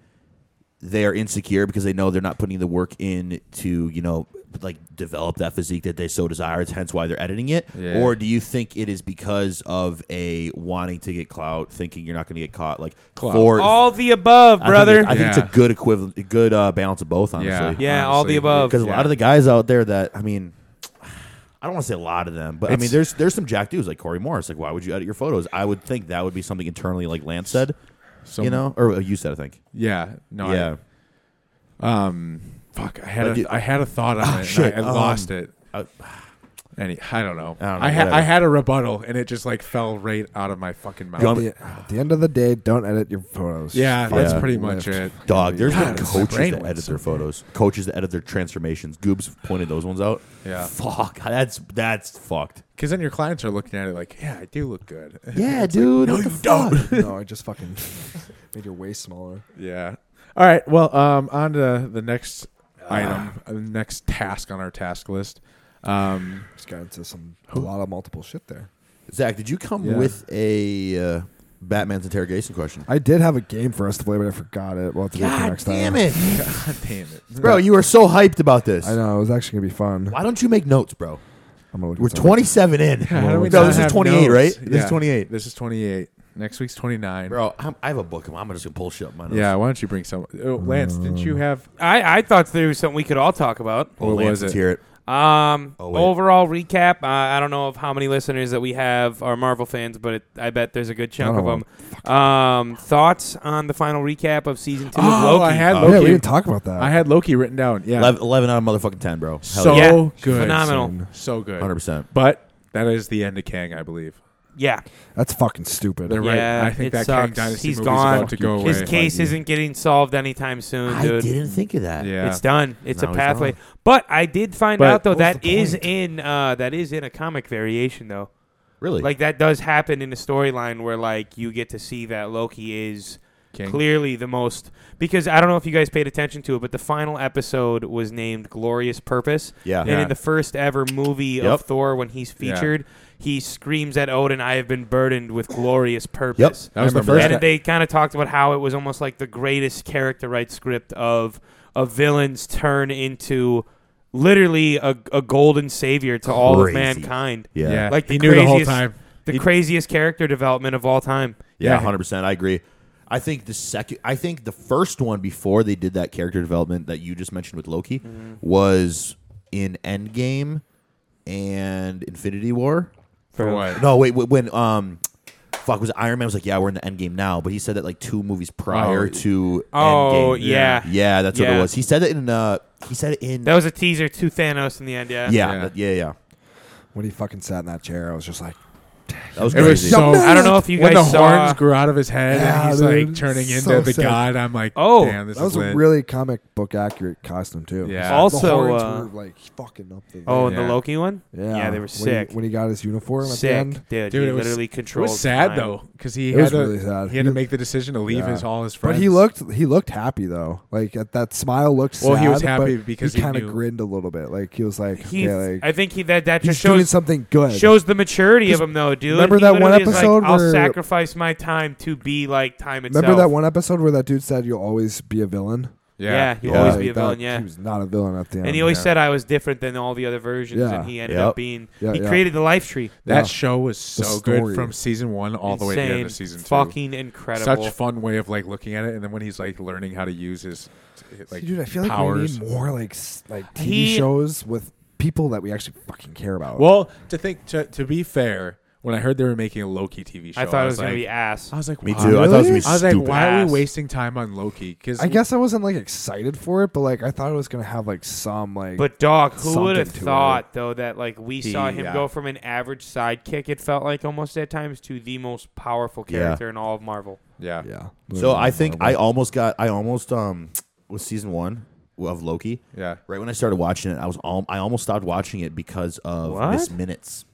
E: they are insecure because they know they're not putting the work in to you know like develop that physique that they so desire. It's hence why they're editing it.
D: Yeah.
E: Or do you think it is because of a wanting to get clout, thinking you're not going to get caught? Like
D: Clout. Oh,
E: for
F: All the above,
E: I think
F: brother.
E: it- I think it's
D: Yeah.
E: a good equivalent, a good uh, balance of both. Honestly,
D: Yeah.
F: yeah, all
D: honestly,
F: the above.
E: because a
D: Yeah.
E: lot of the guys out there that I mean, I don't want to say a lot of them, but I
D: It's-
E: mean, there's there's some jack dudes like Corey Morris. Like, why would you edit your photos? I would think that would be something internally, like Lance said,
D: some-
E: you know, or uh, you said, I think.
D: Yeah. No. I-
E: yeah,
D: um. Fuck. I had
E: But
D: a,
E: do-
D: I had a thought on it. and
E: shit,
D: I, I
E: um,
D: lost it.
E: I-
D: Any. I don't know.
E: I don't know,
D: I, ha-
E: whatever.
D: I had a rebuttal and it just like fell right out of my fucking mouth.
E: Dumb-
C: At the, at the end of the day, don't edit your photos.
D: Yeah.
C: Fucking
D: That's
E: Yeah.
D: pretty much
C: lift.
D: it.
E: dog. There's
D: God,
E: been
D: it's
E: coaches
D: brain
E: that
D: waves.
E: edit their photos, coaches that edit their transformations. Goobs pointed those ones out.
D: Yeah.
E: fuck, that's that's fucked.
D: Because then your clients are looking at it like, yeah, I do look good.
E: Yeah, dude. No, you don't.
C: no, I just fucking made your waist smaller.
D: yeah. All right. Well. Um. On to the next item. uh, next task on our task list. Um.
C: Just got into some a lot of multiple shit there.
E: Zach, did you come
D: Yeah.
E: with a uh, Batman's interrogation question?
C: I did have a game for us to play, but I forgot it. We'll have to do it for
E: God
C: next
E: damn
C: time.
E: it,
D: God damn it.
E: bro! You are so hyped about this.
C: I know it was actually gonna be fun.
E: Why don't you make notes, bro?
C: I'm gonna look
E: We're
C: at some-
E: 27 in.
D: How do we
E: no,
D: not
E: this is
D: have notes?
E: 28, right? This
D: Yeah.
E: is 28.
D: This is 28. Next week's 29.
E: Bro, I'm, I have a book. I'm just gonna pull shit up my notes.
D: Yeah, why don't you bring some? Oh, Lance, didn't you have?
F: I, I thought there was something we could all talk about.
E: Oh,
D: What
E: Lance,
D: was
E: let's
D: it?
E: Hear it.
F: Um,
E: Oh, wait.
F: overall recap. Uh, I don't know of how many listeners that we have are Marvel fans, but it, I bet there's a good chunk of
D: Oh,
C: don't
F: them. Um, thoughts on the final recap of season two of
D: Oh,
F: Loki?
D: I had
E: Uh,
C: Yeah,
D: Loki.
C: we didn't talk about that.
D: I had Loki written down. Yeah,
E: 11, 11 out of motherfucking 10, bro. Hell
D: so
E: yeah.
F: Yeah.
D: good,
F: Phenomenal.
C: Soon.
D: so good.
E: 100%.
D: But that is the end of Kang, I believe.
F: yeah,
C: That's fucking stupid.
D: They're
F: Yeah,
D: right. I think
F: it
D: that
F: sucks.
D: Kang Dynasty
F: He's
D: movie's
F: gone.
D: about to go away.
F: his case isn't getting solved anytime soon,
E: I
F: dude.
E: didn't think of that.
D: yeah,
F: It's done. It's
E: Now
F: a
E: he's
F: pathway.
E: gone.
F: But I did find
D: But
F: out though
C: what was
F: that
C: the
F: is
C: point?
F: in uh, that is in a comic variation though.
E: Really?
F: Like that does happen in a storyline where like you get to see that Loki is
D: King.
F: clearly the most because I don't know if you guys paid attention to it, but the final episode was named Glorious Purpose.
E: Yeah.
F: And
D: Yeah.
F: in the first ever movie
E: Yep.
F: of Thor when he's featured, he screams at Odin, I have been burdened with glorious purpose.
D: That was the
E: Remember
D: first.
E: that.
F: And they kind of talked about how it was almost like the greatest character right script of a villain's turn into literally a, a golden savior to all of
E: Crazy.
F: mankind.
E: Yeah.
D: Yeah,
F: Like the
D: he knew the whole
F: craziest-
D: time.
F: The
D: He-
F: craziest character development of all time.
E: Yeah,
D: Yeah.
E: hundred percent. I agree. I think the second, I think the first one before they did that character development that you just mentioned with Loki
D: Mm-hmm.
E: was in Endgame and Infinity War.
D: For what?
E: No, wait, wait, when um, fuck was it Iron Man was like, yeah, we're in the Endgame now, but he said that like two movies prior
D: Oh.
E: to.
F: Oh,
E: Endgame.
F: yeah.
E: yeah, that's what it
F: Yeah.
E: was. He said it in. Uh, he said it in.
F: That was a teaser to Thanos in the end, yeah.
E: yeah,
D: Yeah.
E: that- yeah, yeah.
C: When he fucking sat in that chair, I was just like,
E: That was
D: It
E: crazy.
D: was so.
F: I don't know if you
D: when
F: guys
D: the
F: saw.
D: horns grew out of his head
C: Yeah,
D: and he's
C: dude.
D: like turning into
C: So
D: the
C: sick.
D: god, I'm like,
F: Oh.
D: damn, this
C: that was
D: is lit.
C: a really comic book accurate costume too.
D: Yeah.
C: The
F: Also,
C: horns
F: uh,
C: were like fucking up there.
F: oh, and
D: Yeah.
F: the Loki one.
C: yeah,
F: yeah, they were
C: When he-
F: sick.
C: when he got his uniform at
F: Sick,
C: the end.
F: dude.
D: Dude,
F: he
D: it was-
F: literally
D: It
F: controlled.
D: was sad
F: time.
D: though because he
C: It was
D: had to
C: really sad.
D: he had to
C: He-
D: make the decision to leave
C: Yeah.
D: his all his friends.
C: But he looked he looked happy though. Like at that smile looked
D: Well, he was
C: sad,
D: happy
C: but
D: because
C: he
D: he
C: kind of
D: knew.
C: grinned a little bit. Like he was like,
F: He,
C: okay, like
F: I think he that that
C: he's
F: just
C: doing
F: shows
C: something good.
F: shows the maturity of
C: 'Cause
F: him though, dude.
C: remember
F: He
C: that one
F: literally is like,
C: episode where-
F: I'll sacrifice my time to be like time itself.
C: Remember that one episode where that dude said you'll always be a villain?
F: Yeah,
D: yeah.
F: he'll always
C: Like,
F: be a
C: that-
F: villain. Yeah,
C: he was not a villain at the end.
F: and he always
D: yeah.
F: said I was different than all the other versions,
C: Yeah.
F: and he ended
E: Yep.
F: up being.
C: Yeah,
F: he
C: yeah.
F: created the life tree.
D: That
C: Yeah.
D: show was so
C: story.
D: good from season one all the way to the end
F: Insane.
D: of season two.
F: Fucking incredible.
D: Such fun way of like looking at it, and then when he's like learning how to use his, his, like
C: dude, I feel like
D: powers.
C: we need more like s- like TV
F: He-
C: shows with people that we actually fucking care about.
D: well, to think to, to be fair, when I heard they were making a Loki TV show,
F: I thought it
D: was,
F: was gonna
D: like,
F: be ass.
D: I was like,
E: Me too.
D: wow.
E: I thought it was gonna
C: Really?
E: be
D: I was like,
E: stupid.
D: why are
F: ass.
D: we wasting time on Loki? Because
C: I guess I wasn't like excited for it, but like I thought it was gonna have like some like.
F: But dog, who
C: something
F: would have
C: to it.
F: thought though that like we saw him
D: yeah.
F: go from an average sidekick, it felt like almost at times, to the most powerful
E: Yeah.
F: character in all of Marvel.
D: yeah,
C: yeah. uh,
E: So I think I almost got I almost um was season one of Loki.
D: Yeah.
E: Right when I started watching it, I was all I almost stopped watching it because of
F: What?
E: Miss Minutes.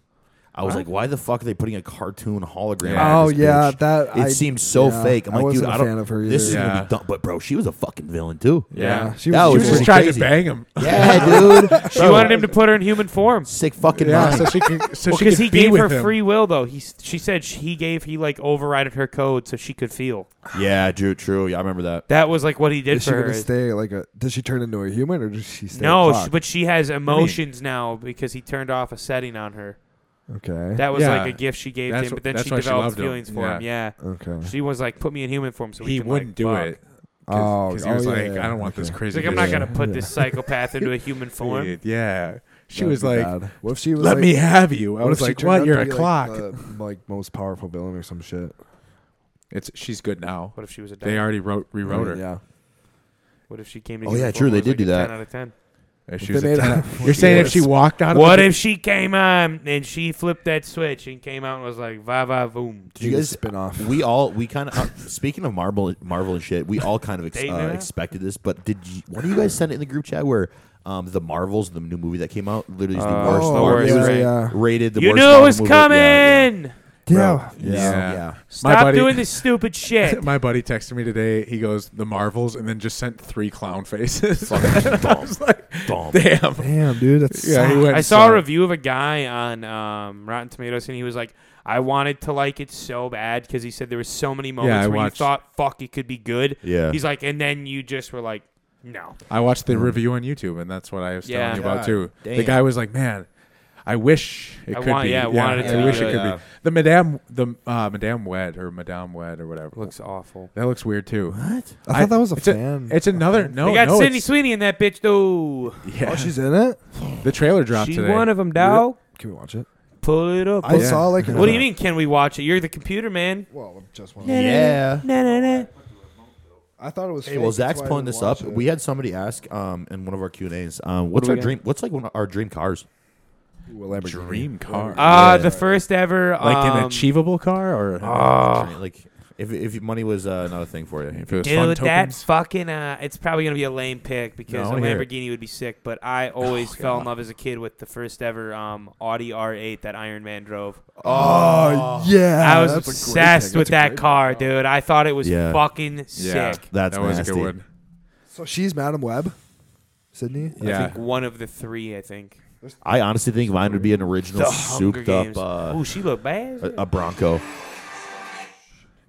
E: I was like, why the fuck are they putting a cartoon hologram?
D: Yeah.
E: on
C: Oh
E: this
C: yeah,
E: bitch?
C: that
E: it
C: I,
E: seemed so
C: yeah,
E: fake. I'm
C: I
E: like,
C: wasn't
E: dude,
C: a
E: I don't.
C: fan of her either.
E: This is
D: Yeah.
E: gonna be dumb, but bro, she was a fucking villain too.
D: yeah. Oh,
C: she
E: That
C: was,
D: She
E: was
D: was just trying
E: Crazy.
D: to bang him.
E: Yeah, dude.
F: She wanted him to put her in human form.
E: sick fucking
D: Yeah,
E: mind.
D: so she could, so
F: Well,
D: she could
F: because he
D: be
F: gave her
D: with him.
F: free will though. He s- she said she, he gave he like overrided her code so she could feel.
E: yeah, Drew. True. Yeah, I remember that.
F: That was like what he did
C: Is she
F: for
C: gonna
F: her.
C: stay like a? Does she turn into a human or does she stay?
F: no,
C: a
F: she,
C: clock?
F: but she has emotions now because he turned off a setting on her.
C: okay.
F: That was
D: Yeah.
F: like a gift she gave
D: That's
F: to him,
D: wh-
F: but then
D: that's
F: she
D: why she
F: developed
D: loved him.
F: feelings for him. Yeah,
C: okay.
F: she was like, "Put me in human form," so we
D: he
F: can,
D: wouldn't
F: like,
D: do
F: fuck."
D: it.
C: Oh,
D: because
C: oh,
D: he was
C: yeah,
D: like,
C: yeah,
D: I don't want this
C: okay.
D: crazy.
F: He's like, I'm
D: bitch."
F: not gonna put
C: Yeah.
F: this psychopath into a human form.
D: Dude, Yeah, she
C: That'd
D: was
C: be
D: like,
C: bad. what if she was
D: "Let
C: like,
D: me have you." I
C: what if
D: was
C: she
D: like, uh,
C: turned out
D: "What? You're
C: to
D: a
C: be, like,
D: clock."
C: the, like most powerful villain or some shit.
D: It's she's good now.
F: What if she was a dog?
D: They already wrote rewrote her.
C: Yeah.
F: What if she came to?
E: Oh,
F: human
E: yeah,
F: form
E: true,
F: and
E: they
F: was,
E: did
F: like,
E: do
F: a
E: that.
F: 10 out of 10?
D: If
C: If
D: she was
C: they
D: a
C: made
D: ten-
C: it-
D: You're saying if she walked out?
F: What
D: of
F: if she came on and she flipped that switch and came out and was like, "Va va voom"?
E: Did you
C: Need a
E: guys
C: spin-off.
E: We all we kind of uh, speaking of Marvel, Marvel and shit. We all kind of ex-
F: Dating
E: uh,
F: app?
E: expected this, but did you, one of you guys send it in the group chat where um, the Marvels, the new movie that came out, literally is the
F: Uh,
E: worst,
F: the
E: Marvel-
F: worst,
E: it was
C: yeah,
F: right.
C: yeah.
E: rated the
F: you
E: worst.
F: knew it
E: Marvel
F: was
E: movie.
F: coming.
E: Yeah,
C: Yeah.
E: yeah.
D: Yeah.
E: yeah.
F: Stop
D: buddy-
F: doing this stupid shit.
D: my buddy texted me today? He goes the Marvels, and then just sent three clown faces.
E: Fucking dumb. dumb.
D: Damn.
C: Damn, dude, that's
D: Yeah, he went.
F: I saw a
D: silent.
F: review of a guy on um, Rotten Tomatoes, and he was like, "I wanted to like it so bad because he said there was so many moments
D: I
F: where
D: watched-
F: you thought, fuck, it could be good."
E: Yeah.
F: He's like, and then you just were like, "No."
D: I watched
C: Mm.
D: the review on YouTube, and that's what I was telling
F: Yeah.
D: you about
E: God
D: too. The
E: damn.
D: guy was like, "Man, I wish it
F: I
D: could
F: want-
D: be.
F: yeah, I wanted it to
D: I
F: be
D: wish it
F: good."
D: could
E: Yeah.
D: be." The Madame, the uh, Madame Wed or Madame Wed or whatever.
F: Looks awful.
D: that looks weird too.
E: What?
C: I thought that was a
D: it's
C: fan.
D: it's another no.
F: they got
D: no,
F: Sydney
D: it's-
F: Sweeney in that bitch though.
D: Yeah,
C: oh, she's in it.
D: the trailer dropped
F: She's
D: today.
F: one of them, dog.
C: Can we watch it?
F: Pull it up.
C: I
D: yeah.
C: saw like.
F: What do you mean? Can we watch it? You're the computer man.
C: Well, just one.
E: Yeah.
F: Na na na.
C: I thought it was.
E: Hey, well, Zach's pulling this up. We had somebody ask um, in one of our Q and A's, um, "What's
F: do
E: our
F: we got?
E: dream? What's like one of our dream cars?"
D: dream car,
E: Yeah.
F: Uh, Ah, the first ever.
D: like an
F: um,
D: achievable car, or
F: Oh,
E: Like, If if money was uh, not a thing for you,
D: If it was fun
F: Dude, that
D: tokens.
F: fucking uh, it's probably gonna be a lame pick because
D: No, I
F: a
D: wanna hear it.
F: Lamborghini would be sick. But I always fell in love as a kid with the first ever um, Audi R8 that Iron Man drove.
C: Oh, yeah.
F: I was
C: that's a great
F: obsessed
C: pick.
F: with
C: That's a
F: that car, dude. I thought it was
E: Yeah.
F: fucking
D: yeah,
F: sick.
E: That's
D: that was a
E: nasty.
D: good one.
C: great- So she's Madam Web, Sydney.
F: I
D: Yeah,
F: think one of the three. I think
E: I honestly think mine would be an original
F: Hunger
E: souped up
F: Games.
E: uh,
F: Ooh, she looked bad.
E: a, a Bronco,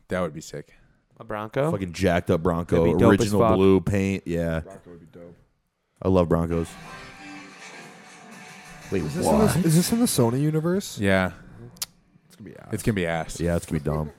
D: that would be sick.
F: a Bronco.
E: fucking jacked up Bronco,
F: That'd be dope as
E: original
F: fuck.
E: blue paint. Yeah, I love Broncos. Wait,
C: Is this, in
E: what?
C: the, is this in the Sony universe?
D: Yeah,
C: It's gonna be out.
D: it's gonna be ass.
E: Yeah, it's gonna be dumb.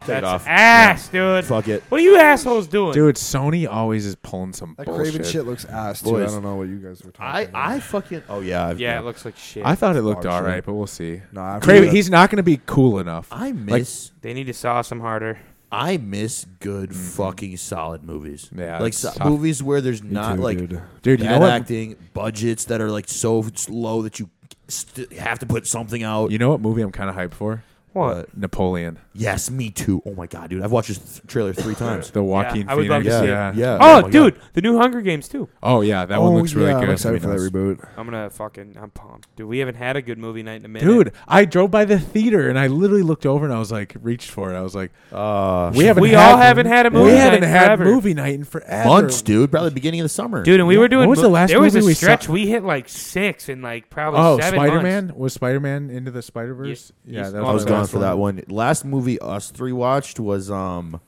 E: Take it
F: That's
E: off.
F: ass, dude.
E: Fuck it.
F: What are you assholes doing?
D: Dude, Sony always is pulling some
C: That
D: bullshit.
C: Craven shit looks ass too.
E: Boys.
C: I don't know what you guys were talking.
E: I
C: about.
E: I fucking oh yeah I've-
F: Yeah, it looks like shit.
D: I thought it looked
C: Dog
D: all
C: shit.
D: right, but we'll see.
C: no, I
D: Craven, he's not gonna be cool enough.
E: I miss
F: they need to sauce him harder.
E: I miss good fucking solid movies.
D: Mm-hmm. Yeah,
E: like
D: it's
E: so-
D: tough.
E: movies where there's not
C: too,
E: like
C: dude.
D: Dude, you
E: bad
D: know what?
E: acting budgets that are like so low that you st- have to put something out.
D: You know what movie I'm kind of hyped for? Uh,
F: What?
D: Napoleon.
E: Yes, me too. Oh my god, dude, I've watched this th- trailer three times.
D: The Joaquin
F: I would love
D: Phoenix.
F: to see
D: yeah.
F: it.
E: yeah.
F: Oh,
E: my
F: dude,
E: God.
F: the new Hunger Games too.
D: Oh yeah, that
C: one
D: one looks really
C: I'm
D: good.
C: excited for that reboot.
F: I'm gonna fucking I'm pumped, dude. We haven't had a good movie night in a minute,
D: Dude, I drove by the theater and I literally looked over and I was like, reached for it. I was like,
E: Uh,
D: we haven't.
F: we
D: had
F: all haven't had a
D: We
F: movie night
D: haven't had
F: forever.
D: movie night in forever.
E: months, dude. Probably beginning of the summer,
F: Dude, and we
D: Yeah.
F: were doing.
D: What was the
F: mo-
D: last
F: there was
D: movie
F: a
D: we saw?
F: stretch we hit like six in like probably
D: Oh,
F: seven
D: Spider
F: months.
D: Man was Spider Man into the Spider Verse.
F: Yeah,
D: Yeah,
F: he's
D: that
E: I was
D: the
E: gone
D: last
E: for that one. Last movie us three watched was um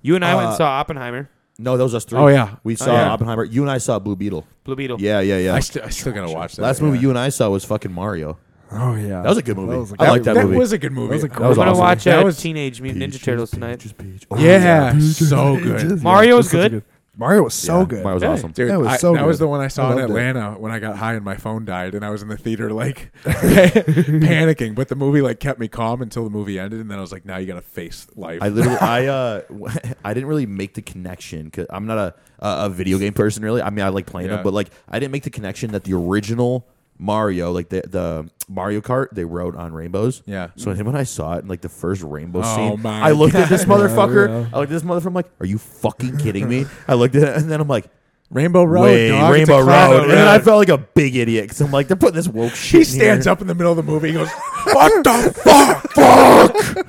F: You and I went
E: Uh,
F: and saw Oppenheimer,
E: no, that was us three.
D: Oh, yeah.
E: we
D: Oh,
E: saw
D: yeah. Oh.
E: Oppenheimer. You and I saw Blue Beetle.
F: Blue Beetle.
E: Yeah, yeah, yeah.
D: I, st- I still gotta watch that.
E: Last
D: yeah.
E: movie you and I saw was fucking Mario.
C: Oh yeah,
E: That was a good movie.
C: was a
E: I
C: good
E: like that,
D: that
E: movie.
D: was a good movie.
C: was a
D: That
C: great
F: We're
E: was
F: gonna
E: awesome.
F: watch
D: That
F: uh,
D: was-
F: Teenage Mutant Ninja Turtles tonight.
D: Oh, Yeah, so good.
F: Mario was
C: Such a
F: good.
C: Mario was so
E: Yeah,
C: good.
E: Mario was
F: Hey.
E: awesome.
D: Dude,
C: That was
D: I-
C: so
D: that was
C: good.
D: the one I saw
C: I
D: in
C: loved it.
D: Atlanta when I got high and my phone died and I was in the theater like panicking. But the movie like kept me calm until the movie ended, and then I was like, now you gotta face life.
E: I literally, I, uh, I didn't really make the connection because I'm not a, a a video game person really. I mean, I like playing
D: Yeah.
E: them, but like, I didn't make the connection that the original Mario, like the the Mario Kart, they rode on rainbows.
D: Yeah.
E: So him and I saw it in like the first rainbow
D: Oh
E: scene.
D: my
E: I looked at this motherfucker.
C: Yeah, yeah.
E: I looked at this motherfucker. I'm like, are you fucking kidding me? I looked at it and then I'm like,
D: Rainbow Road,
E: wait,
D: dog, it's a
E: Rainbow
D: cloud
E: Road. And then I felt like a big idiot because I'm like, they're putting this woke shit.
D: He stands up in the middle of the movie. He goes, "What the fuck?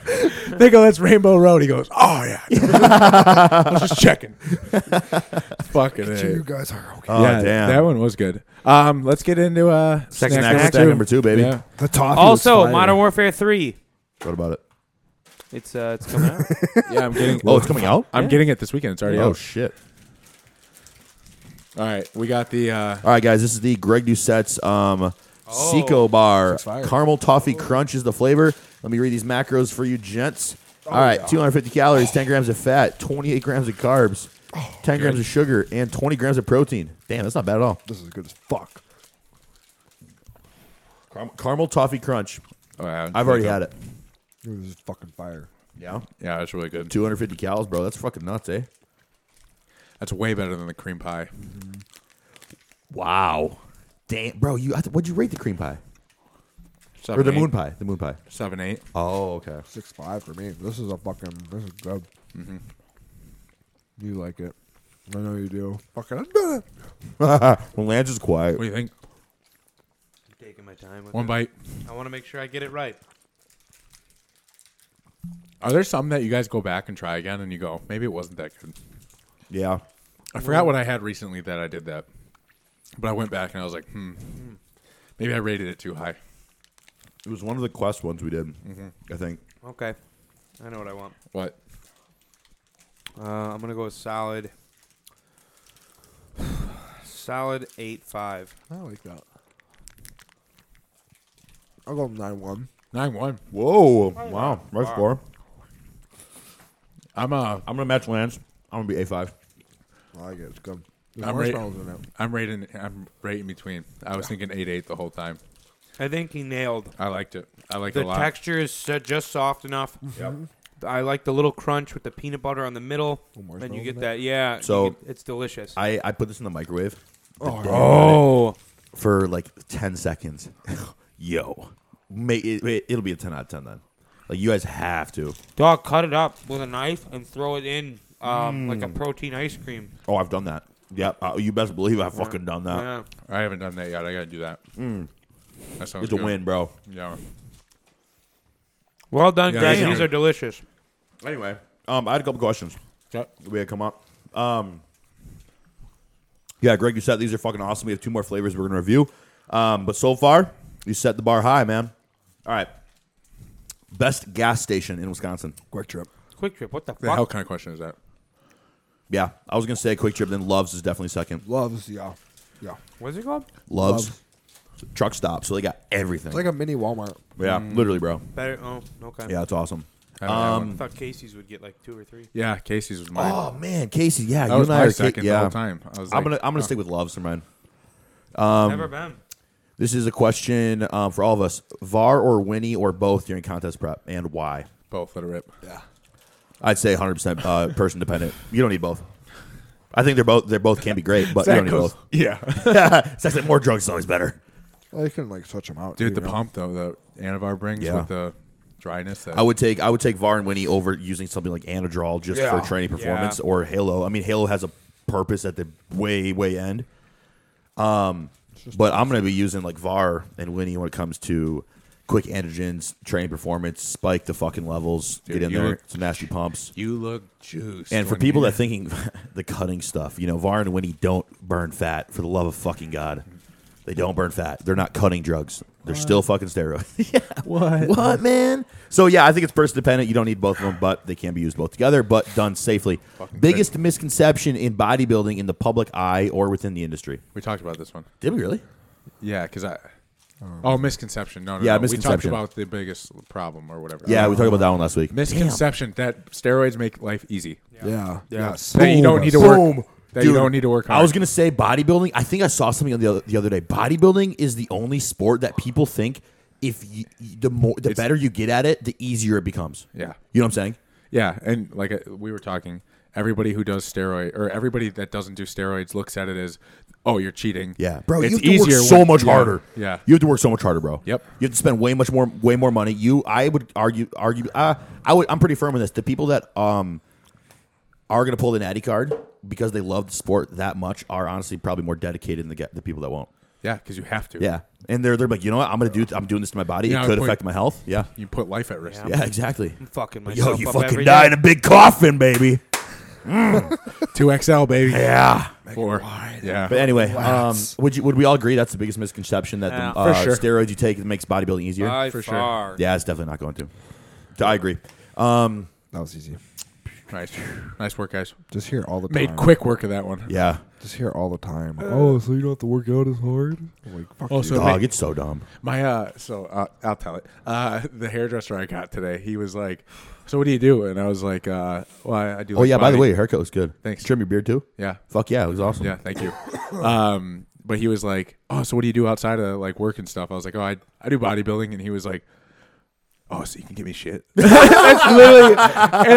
D: fuck!" They go, "That's Rainbow Road." He goes, "Oh yeah." I was just checking. Fucking
C: You
D: it.
C: guys are okay.
E: Oh damn.
D: that one was good. Um, let's get into uh,
F: Second
D: snack
E: Snack
D: number
E: attack
D: two.
E: number two, baby.
D: Yeah.
C: The toffee. was
F: Also,
C: fire.
F: Modern Warfare Three.
E: What about it?
F: It's uh, it's coming out.
D: yeah, I'm getting.
E: Oh, it's coming out.
D: I'm getting it this weekend. It's already
E: Oh
D: out.
E: shit.
D: All right, we got the. Uh,
E: All right, guys, this is the Greg Doucette's um, Seco Bar.
C: fire.
E: Caramel Toffee Crunch is the flavor. Let me read these macros for you, gents. All right, 250 calories, 10 grams of fat, 28 grams of carbs, 10 grams of sugar, and 20 grams of protein. Damn, that's not bad at all.
C: This is good as fuck.
E: Caram- Caramel Toffee Crunch.
D: oh, yeah,
E: I've already had it.
C: This is fucking fire.
E: Yeah.
D: Yeah, it's really good.
E: 250 calories, bro. That's fucking nuts, eh?
D: That's way better than the cream pie.
E: Wow. Damn, bro. You I th- what'd you rate the cream pie
D: Seven,
E: or the
D: eight.
E: moon pie? The moon pie.
D: Seven eight.
E: Oh, okay.
C: Six five for me. This is a fucking. This is good.
D: Mm-hmm.
C: You like it? I know you do. Fucking, I'm doing it.
E: When Lance is quiet,
D: What do you think?
F: Taking my time. With
D: One bite.
F: it. I want to make sure I get it right.
D: Are there some that you guys go back and try again, and you go, maybe it wasn't that good?
E: yeah.
D: I forgot what I had recently that I did that, but I went back and I was like, hmm, maybe I rated it too high.
E: It was one of the quest ones we did, I think.
F: Okay, I know what I want.
D: What?
F: Uh, I'm gonna go with solid. Solid eight five.
C: I like that. I'll go nine one.
D: Nine one.
E: Whoa! Wow, right score.
D: I'm uh,
E: I'm gonna match Lance. I'm gonna be a five.
C: I like it. It's good. There's
D: I'm right-
C: marshmallows in it.
D: I'm rating. I'm right in between. I was thinking eight eight the whole time.
F: I think he nailed.
D: I liked it. I liked
F: The
D: it a lot.
F: texture is so- just soft enough.
E: Mm-hmm.
F: I like the little crunch with the peanut butter on the middle,
C: marshmallows
F: and you
C: in
F: get
C: there?
F: that. Yeah, you
E: So-
F: get- it's delicious.
E: I, I put this in the microwave
F: oh,
E: for like ten seconds. Yo, May, it, it, will be a ten out of ten then. Like you guys have to.
F: Dog, cut it up with a knife and throw it in um, like a
E: Mm.
F: protein ice cream.
E: Oh, I've done that. Yeah, uh, you best believe I've fucking done that.
F: Yeah.
D: I haven't done that yet. I gotta do that. That sounds
E: Hmm. It's a
D: good.
E: win, bro.
D: Yeah.
F: Well done,
D: Yeah,
F: Greg.
D: damn.
F: These are delicious.
E: Anyway, um, I had a couple questions.
D: Yep.
E: We had come up. Um, yeah, Greg, you said these are fucking awesome. We have two more flavors we're gonna review. Um, but so far, you set the bar high, man. All right. Best gas station in Wisconsin.
C: Quick trip.
F: Quick trip. What the
D: The hell
F: fuck?
D: kind of question is that?
E: Yeah, I was gonna say Quick Trip. Then Loves is definitely second.
C: Loves, yeah. Yeah.
F: What's it called?
E: Loves,
C: Loves.
E: truck stop, so they got everything.
C: It's like a mini Walmart.
E: yeah,
D: Mm.
E: literally, bro.
F: Better. Oh, okay.
E: Yeah, it's awesome.
D: I haven't had one.
F: I thought Casey's would get like two or three.
D: Um, yeah, Casey's was mine.
E: Oh man, Casey, yeah,
D: that
E: you
D: was
E: and I
D: my
E: are ca-
D: second
E: yeah.
D: the whole time. I was like,
E: I'm gonna I'm gonna stick with Loves for mine. Um,
F: Never been.
E: This is a question um, for all of us: VAR or Winnie or both during contest prep, and why?
D: both let it rip.
E: I'd say 100 percent uh, person dependent. You don't need both. I think they're both they're both can be great, but you don't need both.
D: yeah.
E: it's actually more drugs is always better.
C: Well, you can like switch them out.
D: Dude,
C: too,
D: the
C: you know?
D: pump though, the Anavar brings
E: Yeah.
D: with the dryness. That,
E: I would take I would take VAR and Winnie over using something like Anadrol just
C: Yeah.
E: for training performance or Halo. I mean, Halo has a purpose at the way way end. Um, but I'm gonna be using like VAR and Winnie when it comes to quick antigens, training performance, spike the fucking levels,
D: Dude,
E: get in
D: you
E: there,
D: look-
E: some nasty pumps.
D: you look juiced.
E: And for
D: when
E: people
D: you-
E: that thinking the cutting stuff, you know, VAR and Winnie don't burn fat for the love of fucking god. They don't burn fat. They're not cutting drugs. They're still fucking steroids. yeah. What? What, man? So yeah, I think it's person dependent. You don't need both of them, but they can be used both together, but done safely. Biggest misconception in bodybuilding in the public eye or within the industry.
D: we talked about this one,
E: Did we really?
D: yeah, because I. Oh, misconception. No, no,
E: Yeah,
D: no.
E: misconception.
D: We talked about the biggest problem or whatever.
E: Yeah, we talked about that one last week.
D: misconception that steroids make life easy.
C: Yeah. Yes.
D: That you don't need to work. That you
E: Dude,
D: don't need to work hard.
E: I was gonna say bodybuilding. I think I saw something the other, the other day. Bodybuilding is the only sport that people think if you, the more the better you get at it, the easier it becomes.
D: Yeah.
E: you know what I'm saying?
D: Yeah, and like uh, we were talking, everybody who does steroid or everybody that doesn't do steroids looks at it as, oh, you're cheating.
E: bro,
D: it's
E: you have to
D: easier
E: work so
D: when-
E: much
D: yeah,
E: harder.
D: Yeah,
E: you have to work so much harder, bro.
D: Yep.
E: you have to spend way much more, way more money. You, I would argue, argue. Uh, I would. I'm pretty firm on this. The people that um are gonna pull the natty card because they love the sport that much are honestly probably more dedicated than the, ge- the people that won't.
D: yeah, because you have to.
E: Yeah, and they're they're like, you know what? I'm gonna do. I'm doing this to my body.
D: Yeah,
E: it could
D: point-
E: affect my health. Yeah.
D: you put life at risk.
E: Yeah, exactly.
F: I'm fucking
E: Yo,
F: myself
E: you
F: up
E: fucking
F: every
E: die
F: day.
E: in a big coffin, baby.
D: two XL baby.
E: Yeah.
D: Four. Yeah,
E: But anyway, um, would you would we all agree that's the biggest misconception that
F: Yeah.
E: the
F: For
E: uh,
D: sure.
E: steroids you take makes bodybuilding easier?
F: By
D: for sure.
F: far.
E: yeah, it's definitely not going to. So I agree.
C: That was easy.
D: nice, nice work, guys.
C: Just hear all the time.
D: Made quick work of that one.
E: Yeah.
C: Just hear all the time. oh, so you don't have to work out as hard? I'm like, fuck
D: Also,
C: you.
D: Oh, ma-
E: Dog, it's so dumb.
D: my uh, so uh, I'll tell it. Uh, the hairdresser I got today, he was like, "So what do you do?" And I was like, uh, "Well, I, I do."
E: Oh
D: like
E: yeah, by the way,
D: body-
E: your haircut was good.
D: Thanks.
E: Trim your beard too?
D: yeah,
E: Fuck yeah, it was awesome.
D: Yeah, thank you. um, but he was like, "Oh, so what do you do outside of like work and stuff?" I was like, "Oh, I I do bodybuilding," and he was like, "Oh, so you can give me shit?" That's literally. And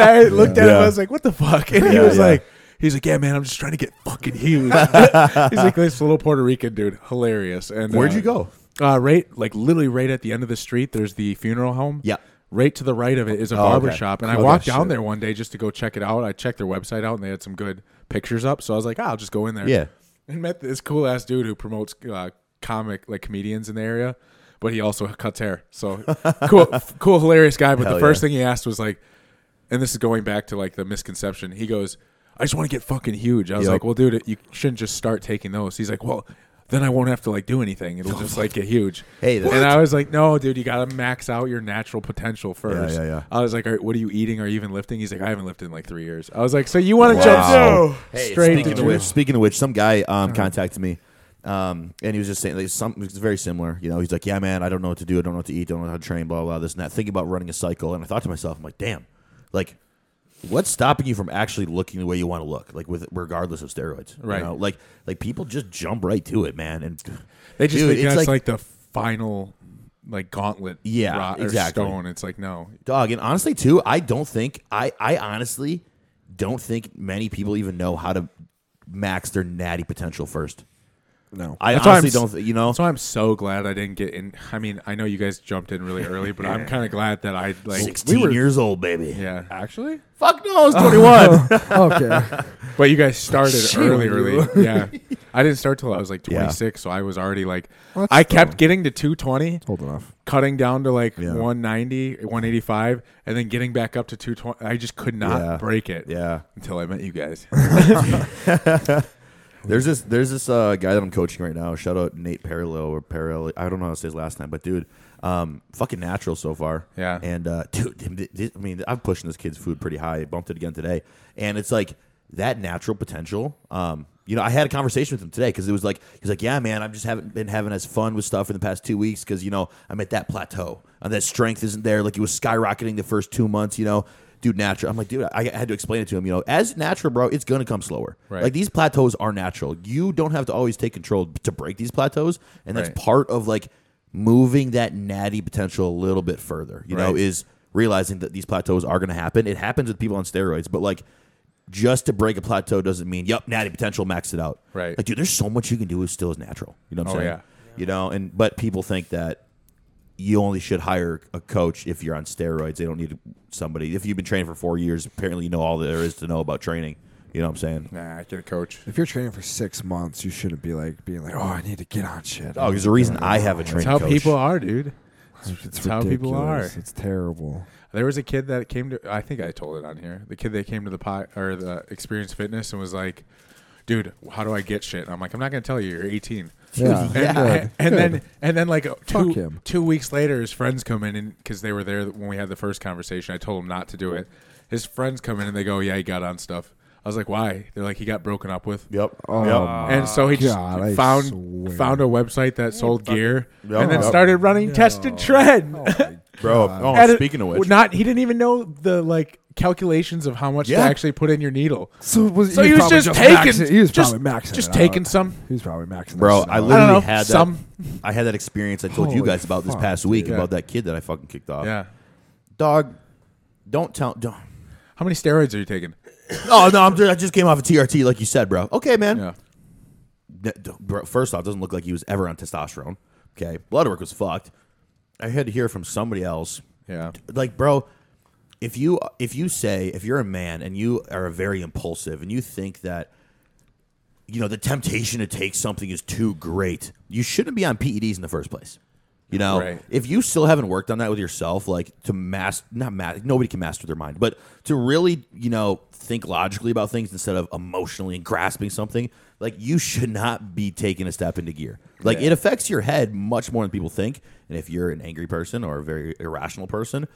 D: I looked at him.
E: Yeah.
D: I was like, "What the fuck?" And he
E: Yeah,
D: was
E: yeah.
D: like. He's like, yeah, man. I'm just trying to get fucking huge. He's like this little Puerto Rican dude, hilarious. And
E: Where'd
D: uh,
E: you go?
D: Uh, right, like literally right at the end of the street. There's the funeral home.
E: Yeah. Oh,
D: Right to the right of it is a
E: okay.
D: barber shop, and I
E: Okay,
D: walked down
E: shit.
D: there one day just to go check it out. I checked their website out, and they had some good pictures up. So I was like, "Ah, I'll just go in there.
E: Yeah.
D: And met this cool ass dude who promotes uh, comic like comedians in the area, but he also cuts hair. So cool, f- cool, hilarious guy. But
E: Hell
D: the first
E: yeah.
D: thing he asked was like, and this is going back to like the misconception. He goes, "I just want to get fucking huge." I was
E: Yep.
D: like, "Well, dude, you shouldn't just start taking those." He's like, "Well." Then I won't have to like do anything. It'll just like get huge.
E: Hey,
D: and
E: that's-
D: I was like, no, dude, you gotta max out your natural potential first.
E: yeah, yeah.
D: I was like, All right, what are you eating? Are you even lifting? He's like, I haven't lifted in like three years. I was like, so you want to
E: Wow.
D: jump
E: Hey,
D: straight
E: speaking
D: to Uh-huh.
E: of which, speaking of which, some guy um, contacted me, um, and he was just saying like, something it's very similar. You know, he's like, "Yeah, man, I don't know what to do. I don't know what to eat. Don't know how to train. Blah blah, blah this and that. Thinking about running a cycle." And I thought to myself, "I'm like, damn, like." What's stopping you from actually looking the way you want to look, like with regardless of steroids, you
D: Right.
E: know? Like, like people just jump right to it, man. And
D: They just
E: Dude,
D: think
E: it's
D: that's
E: like-
D: like, the final like gauntlet
E: Yeah,
D: rot or
E: exactly.
D: stone. It's like no.
E: Dog, and honestly too, I don't think I I honestly don't think many people even know how to max their natty potential first.
C: No.
E: I
D: That's why I'm
E: honestly
D: s-
E: don't. Th- you know,
D: That's why I'm so glad I didn't get in. I mean, I know you guys jumped in really early, but I'm kind of glad that I like.
E: sixteen
D: we were-
E: years old, baby.
D: Yeah, actually,
E: Fuck no, I was twenty-one.
C: okay.
D: but you guys started early,
C: you.
D: early. Yeah, I didn't start till I was like
E: Yeah.
D: 26, so I was already like.
C: Well, that's
D: I kept
C: still-
D: getting to 220,
C: Old enough.
D: cutting down to like
E: Yeah.
D: 190, 185, and then getting back up to 220. I just could not
E: Yeah.
D: break it
E: yeah.
D: until I met you guys.
E: There's this there's this uh, guy that I'm coaching right now. Shout out Nate Parallel or Parallel. I don't know how to say his last name, but dude, um, fucking natural so far.
D: Yeah.
E: And uh, dude, th- th- th- I mean, I'm pushing this kid's food pretty high. I bumped it again today, and it's like that natural potential. Um, you know, I had a conversation with him today because it was like he's like, yeah, man, I just haven't been having as fun with stuff in the past two weeks because you know I'm at that plateau and that strength isn't there. Like it was skyrocketing the first two months, you know. Dude, natural. I'm like, dude. I I had to explain it to him. You know, as natural, bro, it's gonna come slower.
D: Right.
E: Like these plateaus are natural. You don't have to always take control to break these plateaus, and that's
D: Right.
E: part of like moving that natty potential a little bit further. You know,
D: Right.
E: is realizing that these plateaus are going to happen. It happens with people on steroids, but like just to break a plateau doesn't mean yep, natty potential maxed it out.
D: Right.
E: Like dude, there's so much you can do is still as natural. You know what I'm
D: Oh,
E: saying?
D: yeah.
E: You know, and but people think that you only should hire a coach if you're on steroids. They don't need somebody. If you've been training for four years, apparently you know all there is to know about training. You know what I'm saying?
D: nah, I get a coach.
C: If you're training for six months, you shouldn't be like being like, "Oh, I need to get on shit."
E: Oh, there's a reason I have a training
D: That's how
E: coach.
D: people are, dude.
C: it's, it's
D: how people
C: ridiculous.
D: are.
C: It's terrible.
D: There was a kid that came to. I think I told it on here. The kid that came to the pot or the Experience Fitness and was like, "Dude, how do I get shit?" And I'm like, "I'm not gonna tell you. You're 18."
C: Yeah.
D: And,
C: Good.
D: and
C: Good.
D: then and then like two
C: him.
D: two weeks later, his friends come in and because they were there when we had the first conversation, I told him not to do it. His friends come in and they go, "Yeah, he got on stuff." I was like, "Why?" They're like, "He got broken up with."
E: Yep.
C: Oh,
E: yep.
F: Uh,
D: And so he just
C: God, I
D: found
C: swear.
D: found a website that sold gear
E: Yeah.
D: and then
E: Yep.
D: started running test and
C: Oh,
D: tread.
E: Bro, oh,
D: At a-
E: speaking of which,
D: not he didn't even know the like calculations of how much
E: Yeah.
D: to actually put in your needle.
C: so was,
D: So he was
C: probably
D: just, taking,
C: maxing- he was
D: just,
C: probably maxing,
D: just
C: it
D: taking
C: out.
D: some.
C: He was probably maxing, that
E: Bro,
C: shit
E: I
C: out.
D: I
E: literally
D: don't know
E: had that.
D: some.
E: I had that experience I told you
C: Holy
E: guys about this
C: fuck,
E: past week
D: dude.
E: about that kid that I fucking kicked off.
D: Yeah.
E: Dog, don't tell. Don't.
D: How many steroids are you taking?
E: Oh no, I'm, I just came off a TRT like you said, bro. Okay, man.
D: Yeah.
E: Th- th- bro, first off, doesn't look like he was ever on testosterone. Okay, blood work was fucked. I had to hear from somebody else.
D: Yeah.
E: Like, bro, if you if you say if you're a man and you are very impulsive and you think that you know the temptation to take something is too great, you shouldn't be on PEDs in the first place. You know,
D: Right.
E: if you still haven't worked on that with yourself, like to mas not mas nobody can master their mind, but to really, you know, think logically about things instead of emotionally and grasping something, like you should not be taking a step into gear. Like it affects your head much more than people think. And if you're an angry person or a very irrational person,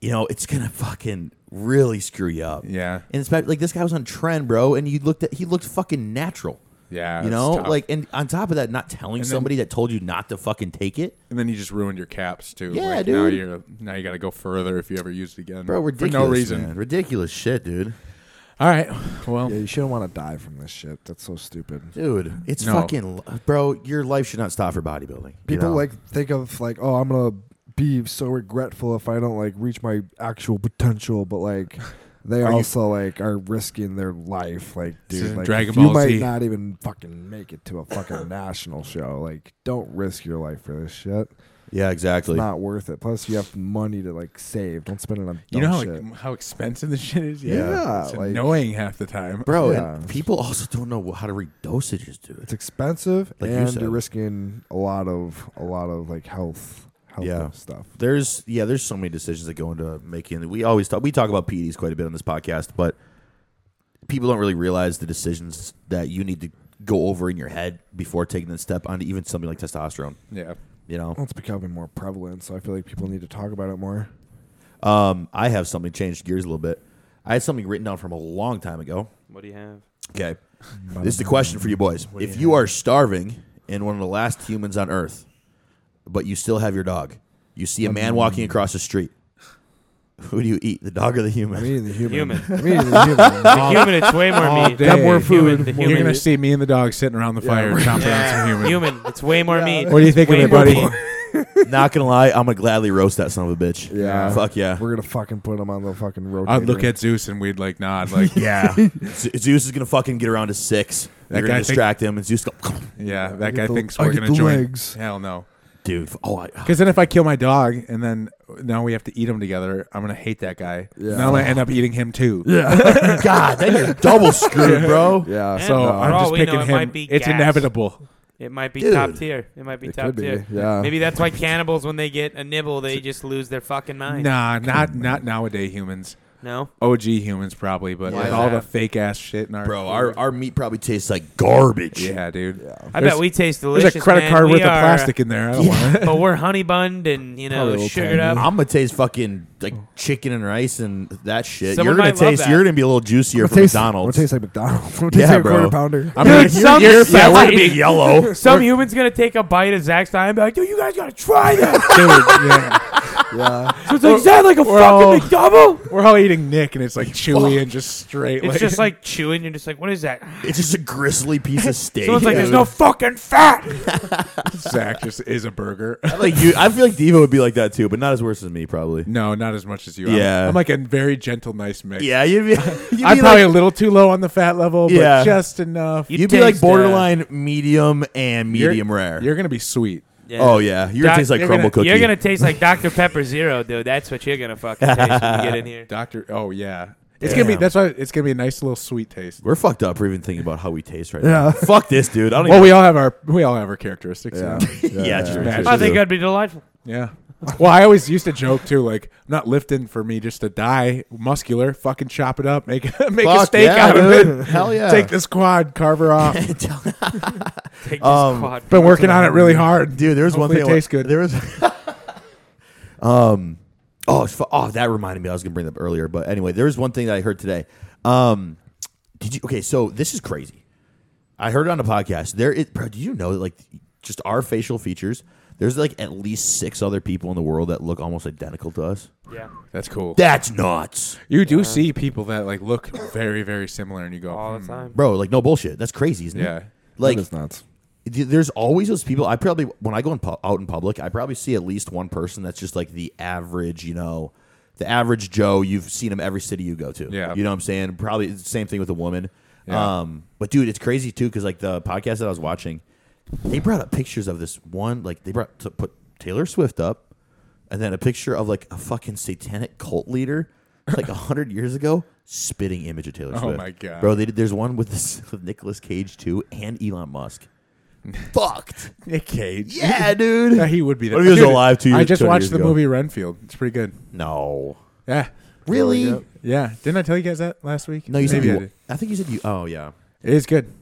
E: you know, it's gonna fucking really screw you up.
D: Yeah.
E: And it's about- like this guy was on trend, bro, and you looked at he looked fucking natural.
D: Yeah,
E: You
D: it's
E: know,
D: tough.
E: like and on top of that, not telling
D: then-
E: somebody that told you not to fucking take it.
D: And then you just ruined your caps too.
E: Yeah,
D: like, Now
E: dude.
D: you're now you got to go further if you ever use it again.
E: Bro, ridiculous.
D: For no reason.
E: man. Ridiculous shit, dude.
D: All right. Well,
C: Yeah, you shouldn't want to die from this shit. That's so stupid.
E: Dude, it's
D: No.
E: fucking. Bro, your life should not stop for bodybuilding. you
C: People
E: know?
C: like think of like, oh, I'm gonna be so regretful if I don't like reach my actual potential, but like they
D: Are you-
C: also like are risking their life. Like,
D: is
C: dude, like,
D: Dragon
C: you
D: Ball
C: might
D: Z.
C: not even fucking make it to a fucking national show. Like, don't risk your life for this shit.
E: Yeah, exactly.
C: Not worth it. Plus, you have money to like save. Don't spend it on
D: you
C: dumb
D: know how,
C: shit.
D: how expensive this shit is.
C: Yeah,
D: it's
C: like-
D: annoying half the time.
E: Bro,
C: Yeah.
E: and people also don't know how to read dosages, dude.
C: it's expensive,
E: Like you
C: and
E: said.
C: you're risking a lot of a lot of like health health
E: Yeah.
C: stuff.
E: There's yeah, there's so many decisions that go into making. We always talk we talk about PEDs quite a bit on this podcast, but people don't really realize the decisions that you need to go over in your head before taking that step onto even something like testosterone.
D: Yeah.
E: You know,
C: Well, it's becoming more prevalent, so I feel like people need to talk about it more.
E: um, I have something changed gears a little bit. I had something written down from a long time ago.
F: What do you have?
E: Okay, this is the question for you boys: If you are starving and one of the last humans on Earth, but you still have your dog, you see a man walking across the street. Who do you eat, the dog or the human?
C: I mean, the human.
F: Human.
C: I mean, the human.
F: The human, it's way more meat.
D: day. Got more
F: The human,
D: food.
F: the
D: You're
F: human,
D: gonna see me and the dog sitting around the fire chomping on some human.
F: human, it's way more meat.
D: What do you think of
F: Way
D: it,
F: more
D: buddy?
F: meat.
E: Not gonna lie, I'm gonna gladly roast that son of a bitch.
C: Yeah.
E: Fuck yeah.
C: We're gonna fucking put him on the fucking rotator.
D: I'd look at Zeus and we'd like nod, like
E: Yeah. Z- Zeus is gonna fucking get around to six.
D: That
E: They're gonna
D: guy think-
E: distract him and Zeus go
D: yeah, that
C: get
D: guy
C: the-
D: thinks
C: I
D: we're
C: get
D: gonna
C: the
D: join.
C: legs.
D: Hell no.
E: Dude, f- oh I
D: Because then if I kill my dog and then now we have to eat him together, I'm gonna hate that guy.
C: Yeah.
D: Now I'm gonna end up eating him too.
C: Yeah.
E: God, then you're double screwed, bro.
C: yeah.
D: So
C: no.
D: I'm
F: all
D: just
F: we know,
D: picking
F: it
D: him.
F: might be
D: it's
F: gas.
D: inevitable.
F: It might be
E: Dude.
F: top tier. It might be
C: It
F: top
C: could
F: tier.
C: be. Yeah.
F: Maybe that's why cannibals, when they get a nibble, they just lose their fucking mind.
D: Nah, not not nowadays humans.
F: No,
D: OG humans probably, but
F: Why
D: with
F: not?
D: all the fake ass shit in our
E: Bro, our, our meat probably tastes like garbage.
D: yeah, dude.
F: I
D: There's-
F: bet we taste delicious.
D: There's a credit
F: man.
D: card
F: We
D: worth
F: are, uh,
D: of plastic in there. I don't want it.
F: but we're honey bunned and you
C: Probably a
F: know
C: little
F: sugared
C: tangy.
F: up.
E: I'm gonna taste fucking like chicken and rice and that shit. you're
F: Someone
E: gonna
F: might love
E: taste.
F: that.
E: You're gonna be a little juicier
C: It
E: for
C: tastes-
E: McDonald's.
C: It tastes like McDonald's. It tastes
E: Yeah,
C: like a
E: bro.
C: quarter pounder.
D: I
F: Dude,
D: mean,
F: some
E: yeah, we're
F: some,
E: gonna be yellow.
F: some human's gonna take a bite of Zach's time and be like, "Dude, you guys gotta try that."
D: dude, yeah.
C: yeah.
F: So it's like, is that like a
D: We're all-
F: fucking McDouble?
D: We're all eating Nick, and it's like chewy and just straight.
F: It's just like chewing. You're just like, what is that?
E: It's just a gristly piece of steak.
F: Someone's like, there's no fucking fat.
D: Zach just is a burger.
E: I like you. I feel like Devo would be like that too, but not as worse as me, probably.
D: No, not as much as you. I'm-
E: Yeah.
D: I'm, like a very gentle, nice mix.
E: Yeah, you'd be. You'd
D: I'm
E: be
D: probably
E: like,
D: a little too low on the fat level, but
E: Yeah.
D: just enough.
E: you'd be like
F: taste, uh,
E: borderline medium and
D: You're-
E: medium rare.
D: You're gonna be sweet.
E: oh yeah, you're gonna
F: Doc,
E: taste like
D: you're
E: crumble
D: gonna-
E: cookie.
F: You're gonna taste like Dr Pepper Zero, dude. That's what you're gonna fucking taste when you get in here.
D: Doctor. Oh yeah. It's gonna be.
E: Damn.
D: That's why it's gonna be a nice little sweet taste.
E: We're fucked up for even thinking about how we taste right now.
C: Yeah.
E: Fuck this, dude. I don't
D: Well, we all have our we all have our characteristics.
C: Yeah.
D: Yeah.
E: even. yeah, true,
D: yeah.
E: true,
F: I think
E: true.
F: that'd be delightful.
D: yeah. Well, I always used to joke too, like I'm not lifting for me just to die muscular. Fucking chop it up, make make a
E: Fuck
D: steak
E: yeah,
D: out of it.
E: dude. Hell yeah.
D: Take this quad, carver off.
F: Take this
E: Um,
F: quad.
D: Been working on it really hard,
E: Dude, there was one
D: Hopefully
E: thing.
D: It tastes
E: I wa-
D: good.
E: There was. um, oh, it's fu- oh, that reminded me. I was gonna bring it up earlier, but anyway, there was one thing that I heard today. Um, did you? Okay, so this is crazy. I heard it on a podcast. There is, bro. Do you know that like just our facial features? There's like at least six other people in the world that look almost identical to us.
F: Yeah.
D: That's cool.
E: That's nuts,
D: You do see people that like look very, very similar, and you go,
F: All the
D: "Hmm."
F: time.
E: bro. Like no bullshit. That's crazy, isn't
D: Yeah.
E: it? Like
C: that is nuts.
E: th- there's always those people. I probably when I go in pu- out in public, I probably see at least one person that's just like the average, you know, the average Joe. You've seen him every city you go to.
D: Yeah.
E: you know what I'm saying. Probably it's the same thing with a woman.
D: Yeah.
E: Um, but dude, it's crazy too because like the podcast that I was watching, they brought up pictures of this one. Like they brought to put Taylor Swift up, and then a picture of like a fucking satanic cult leader. Like a hundred years ago, spitting image of Taylor
D: Oh
E: Swift.
D: my God.
E: bro! They did, there's one with this with Nicolas Cage too, and Elon Musk. Fucked.
D: Nick Cage.
E: Yeah, dude.
D: Yeah, he would be there.
E: What if he was
D: Dude,
E: alive two
D: I
E: years-
D: just
E: 20
D: watched
E: years
D: the
E: ago?
D: movie Renfield. It's pretty good.
E: No.
D: Yeah.
E: Really?
D: Yeah. Didn't I tell you guys that last week?
E: No, you said
D: Maybe I
E: you.
D: did.
E: I think you said you. Oh yeah.
D: It is good.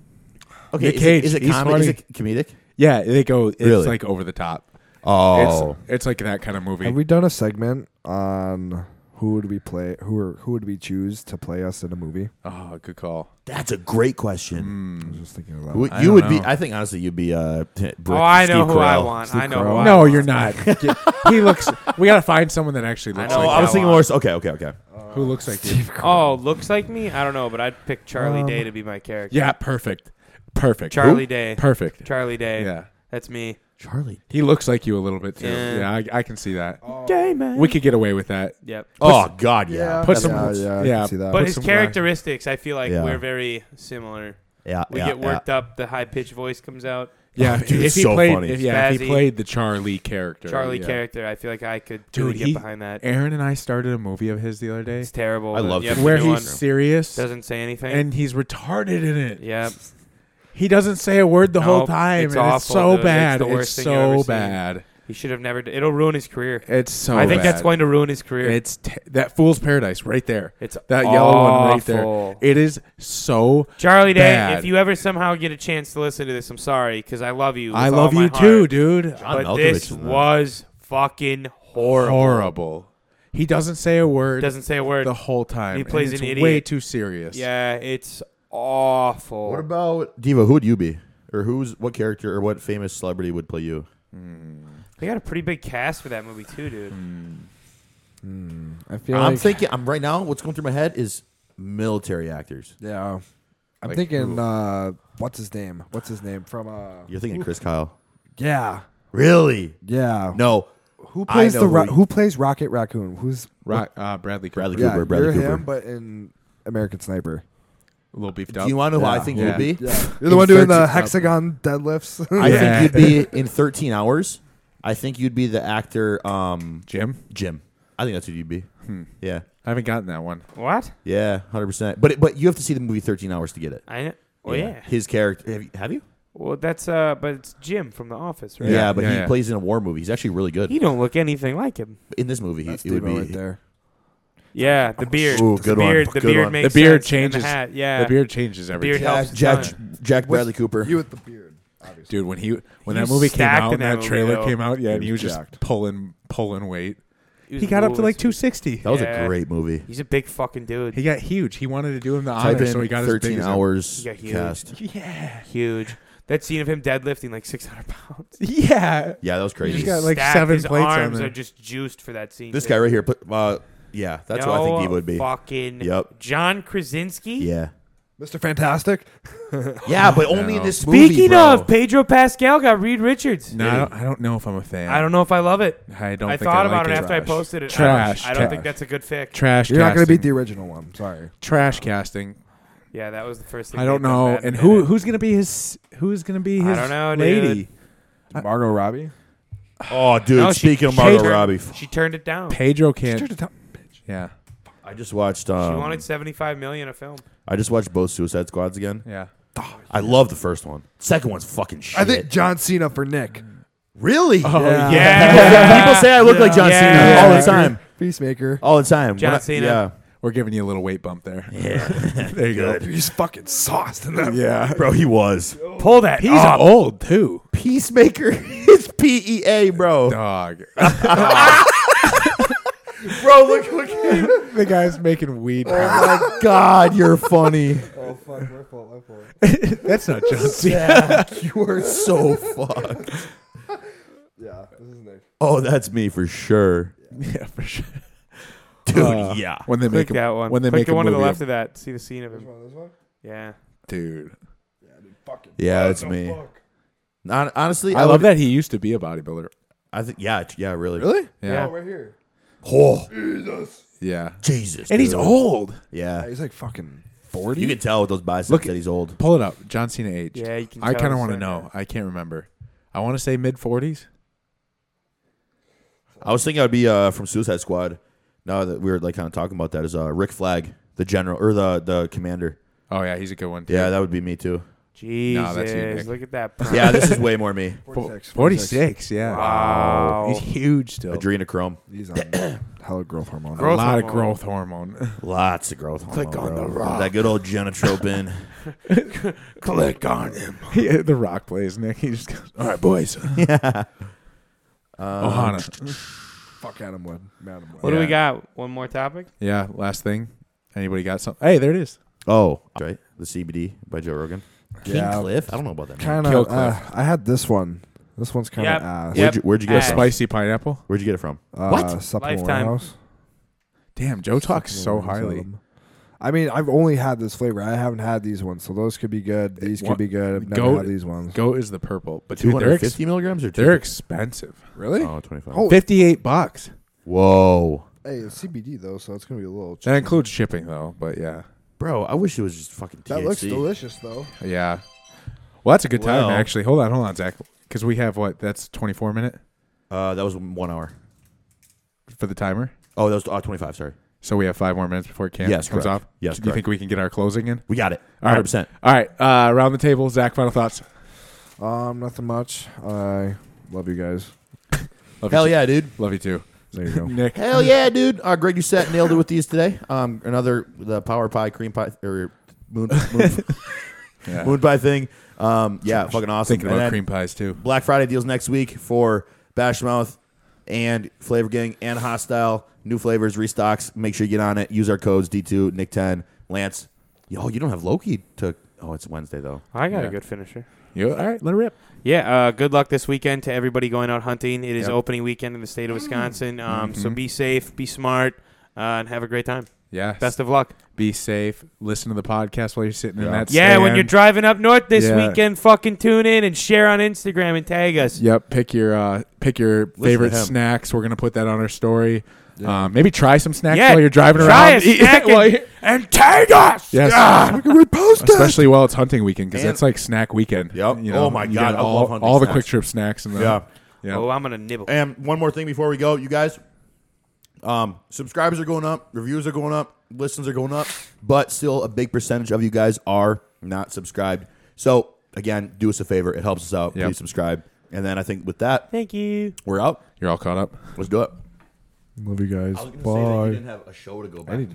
E: Okay.
D: Nick
E: is
D: Cage,
E: It, is, it
D: he's
E: comedy, is
D: funny.
E: it comedic?
D: Yeah, they go. It's
E: Really?
D: like over the top.
E: Oh.
D: It's, it's like that kind of movie.
C: Have we done a segment on who would we play? Who are who would we choose to play us in a movie?
D: oh, good call.
E: That's a great question.
C: I was just thinking about.
E: Who-
D: Hmm, I
E: you
D: don't
E: would be.
D: know.
E: I think honestly, you'd be. Uh, t- Brick,
F: Oh, I know
E: Steve
F: who I
E: Carell.
F: want.
C: Steve
F: I know.
C: Carell.
F: Who I
D: no,
F: want.
D: you're not. Get- he looks. We gotta find someone that actually looks
F: know,
E: Oh,
D: like
E: I was
F: I
E: thinking more.
F: want.
E: s- Okay, okay, okay.
D: you. who looks like you.
F: Oh, looks like me. I don't know, but I'd pick Charlie
C: Um,
F: Day to be my character.
D: Yeah, perfect, perfect.
F: Charlie
D: Who?
F: Day.
D: Perfect.
F: Charlie Day.
D: Yeah,
F: That's me.
E: Charlie.
D: he looks like you a little bit too.
F: Yeah.
D: Yeah, I, I can see that.
F: Gay man.
D: We could get away with that.
F: Yep.
E: Oh God, yeah.
D: Put some.
C: Yeah, yeah, I can
D: yeah,
C: see that.
F: But
D: Uh, put
F: his
D: some uh,
F: characteristics, I feel like
E: Yeah.
F: we're very similar.
E: Yeah,
F: We
E: yeah,
F: get worked
E: yeah.
F: up. The high pitched voice comes out.
D: Yeah,
E: dude,
D: if
E: it's
D: he
E: so
D: played,
E: funny.
D: If, yeah, if he
F: Spazzy.
D: played the Charlie character.
F: Charlie
D: yeah.
F: character. I feel like I could
D: Dude,
F: really get
D: he-
F: behind that.
D: Aaron and I started a movie of his the other day
F: It's terrible.
E: I love
F: yep,
E: that
D: where
E: new
D: he's
E: one.
D: serious
F: doesn't say anything.
D: and he's retarded in it.
F: yep.
D: He doesn't say a word the whole
F: Nope,
D: time.
F: it's
D: and
F: awful,
D: it's so
F: dude. It's
D: bad.
F: the
D: It's,
F: worst thing I've ever
D: so
F: seen.
D: bad.
F: He should have never. D- it'll ruin his career.
D: It's so.
F: I think that's
D: bad.
F: going to ruin his career.
D: It's t- that Fool's Paradise right there.
F: It's
D: that yellow one right there.
F: awful.
D: It is so.
F: Charlie Day,
D: bad.
F: if you ever somehow get a chance to listen to this, I'm sorry because I love you. with
D: I
F: all
D: love
F: my
D: you
F: heart.
D: too, dude.
E: John
F: But
E: Malkovich
F: this
E: is in that.
F: was fucking horrible.
D: Horrible. He doesn't say a word.
F: Doesn't say a word.
D: the whole time.
F: He
D: and
F: plays
D: it's
F: an
D: Way
F: idiot.
D: too serious.
F: Yeah, it's awful.
E: What about Diva? Who would you be, or who's what character, or what famous celebrity would play you?
F: they got a pretty big cast for that movie too, dude.
E: Hmm.
C: I feel
E: I'm
C: like
E: thinking. I'm right now. What's going through my head is military actors.
C: yeah. I'm
E: Like,
C: thinking
E: who?
C: uh, what's his name? What's his name from uh?
E: You're thinking Chris Kyle.
C: Yeah.
E: Really?
C: Yeah.
E: No.
C: Who
E: I
C: plays
E: know
C: the
E: who
C: Ro-
E: he-
C: who plays Rocket Raccoon? Who's
D: Rock, uh, Bradley Cooper.
E: Bradley
C: yeah,
E: Cooper, Bradley
C: you're
E: Cooper.
C: him, but in American Sniper.
D: a little beefed up.
E: Do you want to know who I
C: Yeah.
E: think
D: Yeah.
E: you'd be?
C: You're the
E: In
C: one doing
E: 13
C: the hexagon deadlifts.
E: I
D: Yeah.
E: think you'd be in 13 hours. I think you'd be the actor um,
D: Jim?
E: Jim. I think that's who you'd be. Yeah.
D: I haven't gotten that one.
F: What?
E: Yeah, 100%. But it, but you have to see the movie 13 hours to get it.
F: I. Oh yeah.
E: His character. Have you? Have you?
F: Well, that's uh, but it's Jim from The Office,
E: Yeah,
F: right?
E: but
D: yeah,
E: he
D: yeah.
E: plays in a war movie. He's actually really good.
F: He don't look anything like him.
E: in this movie, he,
C: That's
E: it would be
C: Devo right there.
F: Yeah, the beard.
E: Ooh,
F: the
E: good one.
F: beard, The
E: Good
F: beard
E: one.
F: makes
D: The beard
F: sense, and
D: changes-
F: The hat. Yeah.
D: The beard changes every
F: Beard
E: Jack,
F: helps a
E: Jack,
F: ton.
E: Jack Bradley Cooper.
C: You with the beard. Obviously.
D: Dude, when he when
F: He
D: that
F: was
D: movie came
F: stacked
D: out
F: in
D: and
F: that
D: that,
F: movie,
D: trailer
F: though.
D: came out, yeah, and
C: was
D: he was
C: jacked.
D: just pulling pulling weight.
F: was
D: He got up
F: cool
D: to like
F: as-
D: 260.
E: that was
F: Yeah.
E: a great movie.
F: He's a big fucking dude.
D: He got huge. He wanted to do him the
E: Type
D: honor,
E: in
D: so he got
E: 13
D: his biggest
E: hours
F: He got huge.
E: cast.
D: Yeah,
F: Huge. That scene of him deadlifting like 600 pounds.
D: yeah.
E: Yeah, that was
D: He
E: crazy.
D: just got like
F: Stacked.
D: seven
F: His
D: plates
F: arms
D: on
F: are
D: there.
F: just juiced for that scene.
E: this
F: too.
E: guy right here. Put, uh, yeah, that's who I think he
F: No
E: would be.
F: Fucking
E: Yep.
F: John Krasinski.
E: Yeah.
C: Mr. Fantastic.
E: Yeah, but only
D: know.
E: in this movie.
F: Speaking
E: bro.
F: of, Pedro Pascal got Reed Richards.
D: No, I don't, I don't know if I'm a fan.
F: I don't know if I love it.
D: I don't.
F: I
D: think
F: thought
D: I
F: about
D: like
F: it after I posted it. I don't-
D: Trash,
F: I don't,
D: trash.
F: think that's a good pick.
D: Trash.
C: You're not gonna
D: casting.
C: beat the original one. Sorry.
D: trash casting.
F: Yeah, that was the first thing.
D: I don't
F: they done
D: know.
F: bad
D: And
F: in
D: who
F: it.
D: who's gonna be his who's gonna be
F: I
D: his
F: don't know,
D: lady?
F: dude.
C: Margot Robbie.
E: Oh, dude.
F: No, she-
E: speaking of
F: she
E: Margot
F: turned-
E: Robbie,
F: She turned it down.
D: Pedro can't.
C: Just a t-
D: Yeah,
E: I just watched. Um,
F: she wanted 75 million a film.
E: I just watched both Suicide Squads again.
D: yeah.
E: I love the first one. Second one's fucking shit. Oh,
C: I think John Cena for Nick.
E: really.
D: yeah.
F: Oh, Yeah.
E: People say I look like John
F: Yeah.
E: Cena
F: Yeah.
E: all the time.
C: Peacemaker.
E: All the time.
F: John
E: When I-
F: Cena.
E: Yeah.
D: We're giving you a little weight bump there. Yeah. there you go.
C: He's fucking sauced in that.
D: Yeah.
E: Bro, he was.
F: Pull that.
D: He's
F: off.
D: old too.
E: Peacemaker is P E A, bro.
D: Dog.
E: Bro, look, look.
D: the guy's making weed.
E: Oh, God, you're funny.
C: Oh fuck, my fault, my fault.
D: That's not John Cena.
E: You are so fucked.
C: Yeah, this is Nick.
E: Oh, that's me for sure.
D: yeah, for sure.
E: Dude,
D: Uh,
E: yeah.
D: When they
F: Click
D: make a-
F: that one.
D: when they
F: Click
D: make
F: the
D: a
F: one to the
D: movie
F: left
D: of-
F: of that. See the scene of him.
C: one, this one?
F: Yeah.
D: dude.
C: Yeah, dude, fucking.
E: Yeah, it's me. Hon- honestly,
D: I,
E: I,
D: love
E: would-
D: that he used to be a bodybuilder.
E: I think, yeah, t- yeah, really.
C: Really?
D: Yeah.
C: right here.
E: Oh,
D: Yeah.
E: Jesus.
D: And he's
E: dude.
D: old.
E: Yeah.
C: Uh, He's like fucking
E: You
C: 40.
E: can tell with those biceps
D: Look at-
E: that he's old.
D: Pull it up. John Cena age.
F: Yeah, you can
D: I
F: tell
D: kind of
F: it's
D: want to
F: right
D: know. I can't remember. I want to say mid 40s.
E: I was thinking I'd be uh, from Suicide Squad. Now that we were like kind of talking about that, is uh, Rick Flag, the general or the the commander?
D: Oh yeah, he's a good one. Too.
E: Yeah, that would be me too.
D: No, that's you,
F: Jesus.
D: Nick.
F: look at that.
E: Yeah, this is way more me.
D: Fo- 46. Yeah.
F: Wow.
D: He's huge still.
E: Adrenochrome,
C: He's on hella growth hormone.
D: a
F: Growth
D: lot of
F: hormone.
D: growth hormone.
E: lots of growth. hormone,
C: Click on
E: bro.
C: the rock.
E: That good old genotropin.
C: Click on him.
D: Yeah, the rock plays Nick. He just goes, "All right, boys." Oh, yeah. Um, Ohana.
C: Fuck Adam Wood. Madam Wood.
F: What do we
D: Yeah.
F: got? One more topic.
D: Yeah. Last thing. Anybody got something? Hey, there it is.
E: oh, right, the CBD by Joe Rogan. King
C: Yeah.
E: Cliff. I don't know about that. man.
C: Kind of.
D: Kill
C: Uh,
D: Cliff.
C: I had this one. This one's kind of
F: Yep.
C: ass.
F: Yep.
E: Where'd you, where'd you
D: The
E: get it
F: Ass.
E: from?
D: spicy pineapple.
E: Where'd you get it from?
C: Uh,
E: What?
C: Supplement
F: Lifetime.
C: Warehouse.
D: Damn, Joe talks so
C: Supplement Warehouse
D: highly.
C: of them. I mean, I've only had this flavor. I haven't had these ones, so those could be good. These could
D: What-
C: be good. I've never
D: Go-
C: had these ones.
D: Goat is the purple, but
E: Two
D: dude, they're
E: hundred
D: ex-
E: fifty milligrams or
D: they're
E: two?
D: expensive.
C: Really?
E: Oh, 25.
C: Holy-
D: Fifty-eight bucks.
E: Whoa,
C: Hey, it's CBD though, so it's gonna be a little.
D: That includes shipping though, but yeah,
E: bro! I wish it was just fucking. THC.
C: That looks delicious though.
D: yeah. Well, that's a good
E: Well-
D: time actually. Hold on, hold on, Zach, because we have what? That's twenty-four minute
E: Uh, that was one hour.
D: for the timer,
E: Oh, that was uh, twenty-five. Sorry,
D: so we have five more minutes before camp
E: Yes,
D: comes
E: correct.
D: off.
E: Yes,
D: do you
E: correct.
D: think we can get our closing in?
E: we got it.
D: All
E: One
D: right.
E: hundred percent.
D: All right, uh, around the table, Zach. Final thoughts.
C: Um, nothing much. I love you guys.
D: Love
E: Hell
D: you
E: yeah, dude.
D: Love you too,
C: There you go.
D: Nick.
E: Hell yeah, dude! Uh, Greg, you set nailed it with these today. Um, another the power pie, cream pie, or moon moon,
D: Yeah.
E: moon pie thing. Um, yeah, fucking awesome.
D: Thinking
E: And
D: about
E: then
D: cream pies too.
E: Black Friday deals next week for Bashmouth and Flavor Gang and Hostile. New flavors, restocks. Make sure you get on it. Use our codes D2, Nick10, Lance. Yo, you don't have Loki to. Oh, it's Wednesday though.
F: I got a
D: Yeah.
F: good finisher.
D: You, all right, let it rip.
F: Yeah, uh, good luck this weekend to everybody going out hunting. It is
D: Yep. Mm-hmm.
F: opening weekend in the state of Wisconsin, um, so be safe, be smart, uh, and have a great time.
D: Yes.
F: Best of luck.
D: Be safe. Listen to the podcast while you're sitting in
E: Yeah.
D: that.
F: Yeah, when
D: stand.
F: you're driving up north this
D: Yeah.
F: weekend, fucking tune in and share on Instagram and tag us.
D: Yep, pick your uh, pick your
E: to
D: favorite
E: him.
D: snacks. We're gonna put that on our story. Um, maybe try some snacks while you're driving
F: try
D: around.
F: a snack
D: While
F: and,
D: you're-
F: and tag us.
D: yes,
C: We can repost it.
D: especially while it's hunting weekend because
E: Man.
D: that's like snack weekend.
E: Yep.
D: You know,
E: Oh my
D: you
E: God,
D: got
E: I
D: all,
E: love hunting
D: all the
E: snacks.
D: quick trip snacks and the,
E: Yeah.
D: yeah.
F: Oh, I'm gonna nibble.
E: And one more thing before we go, you guys. Um, subscribers are going up, reviews are going up, listens are going up, but still a big percentage of you guys are not subscribed. So again, do us a favor; it helps us out.
D: Yep.
E: Please subscribe. And then I think with that,
F: Thank you.
E: we're out.
D: You're all caught up.
E: Let's do it.
C: Love you guys.
E: I was going to say that you
C: Bye.
E: didn't have a show to go back.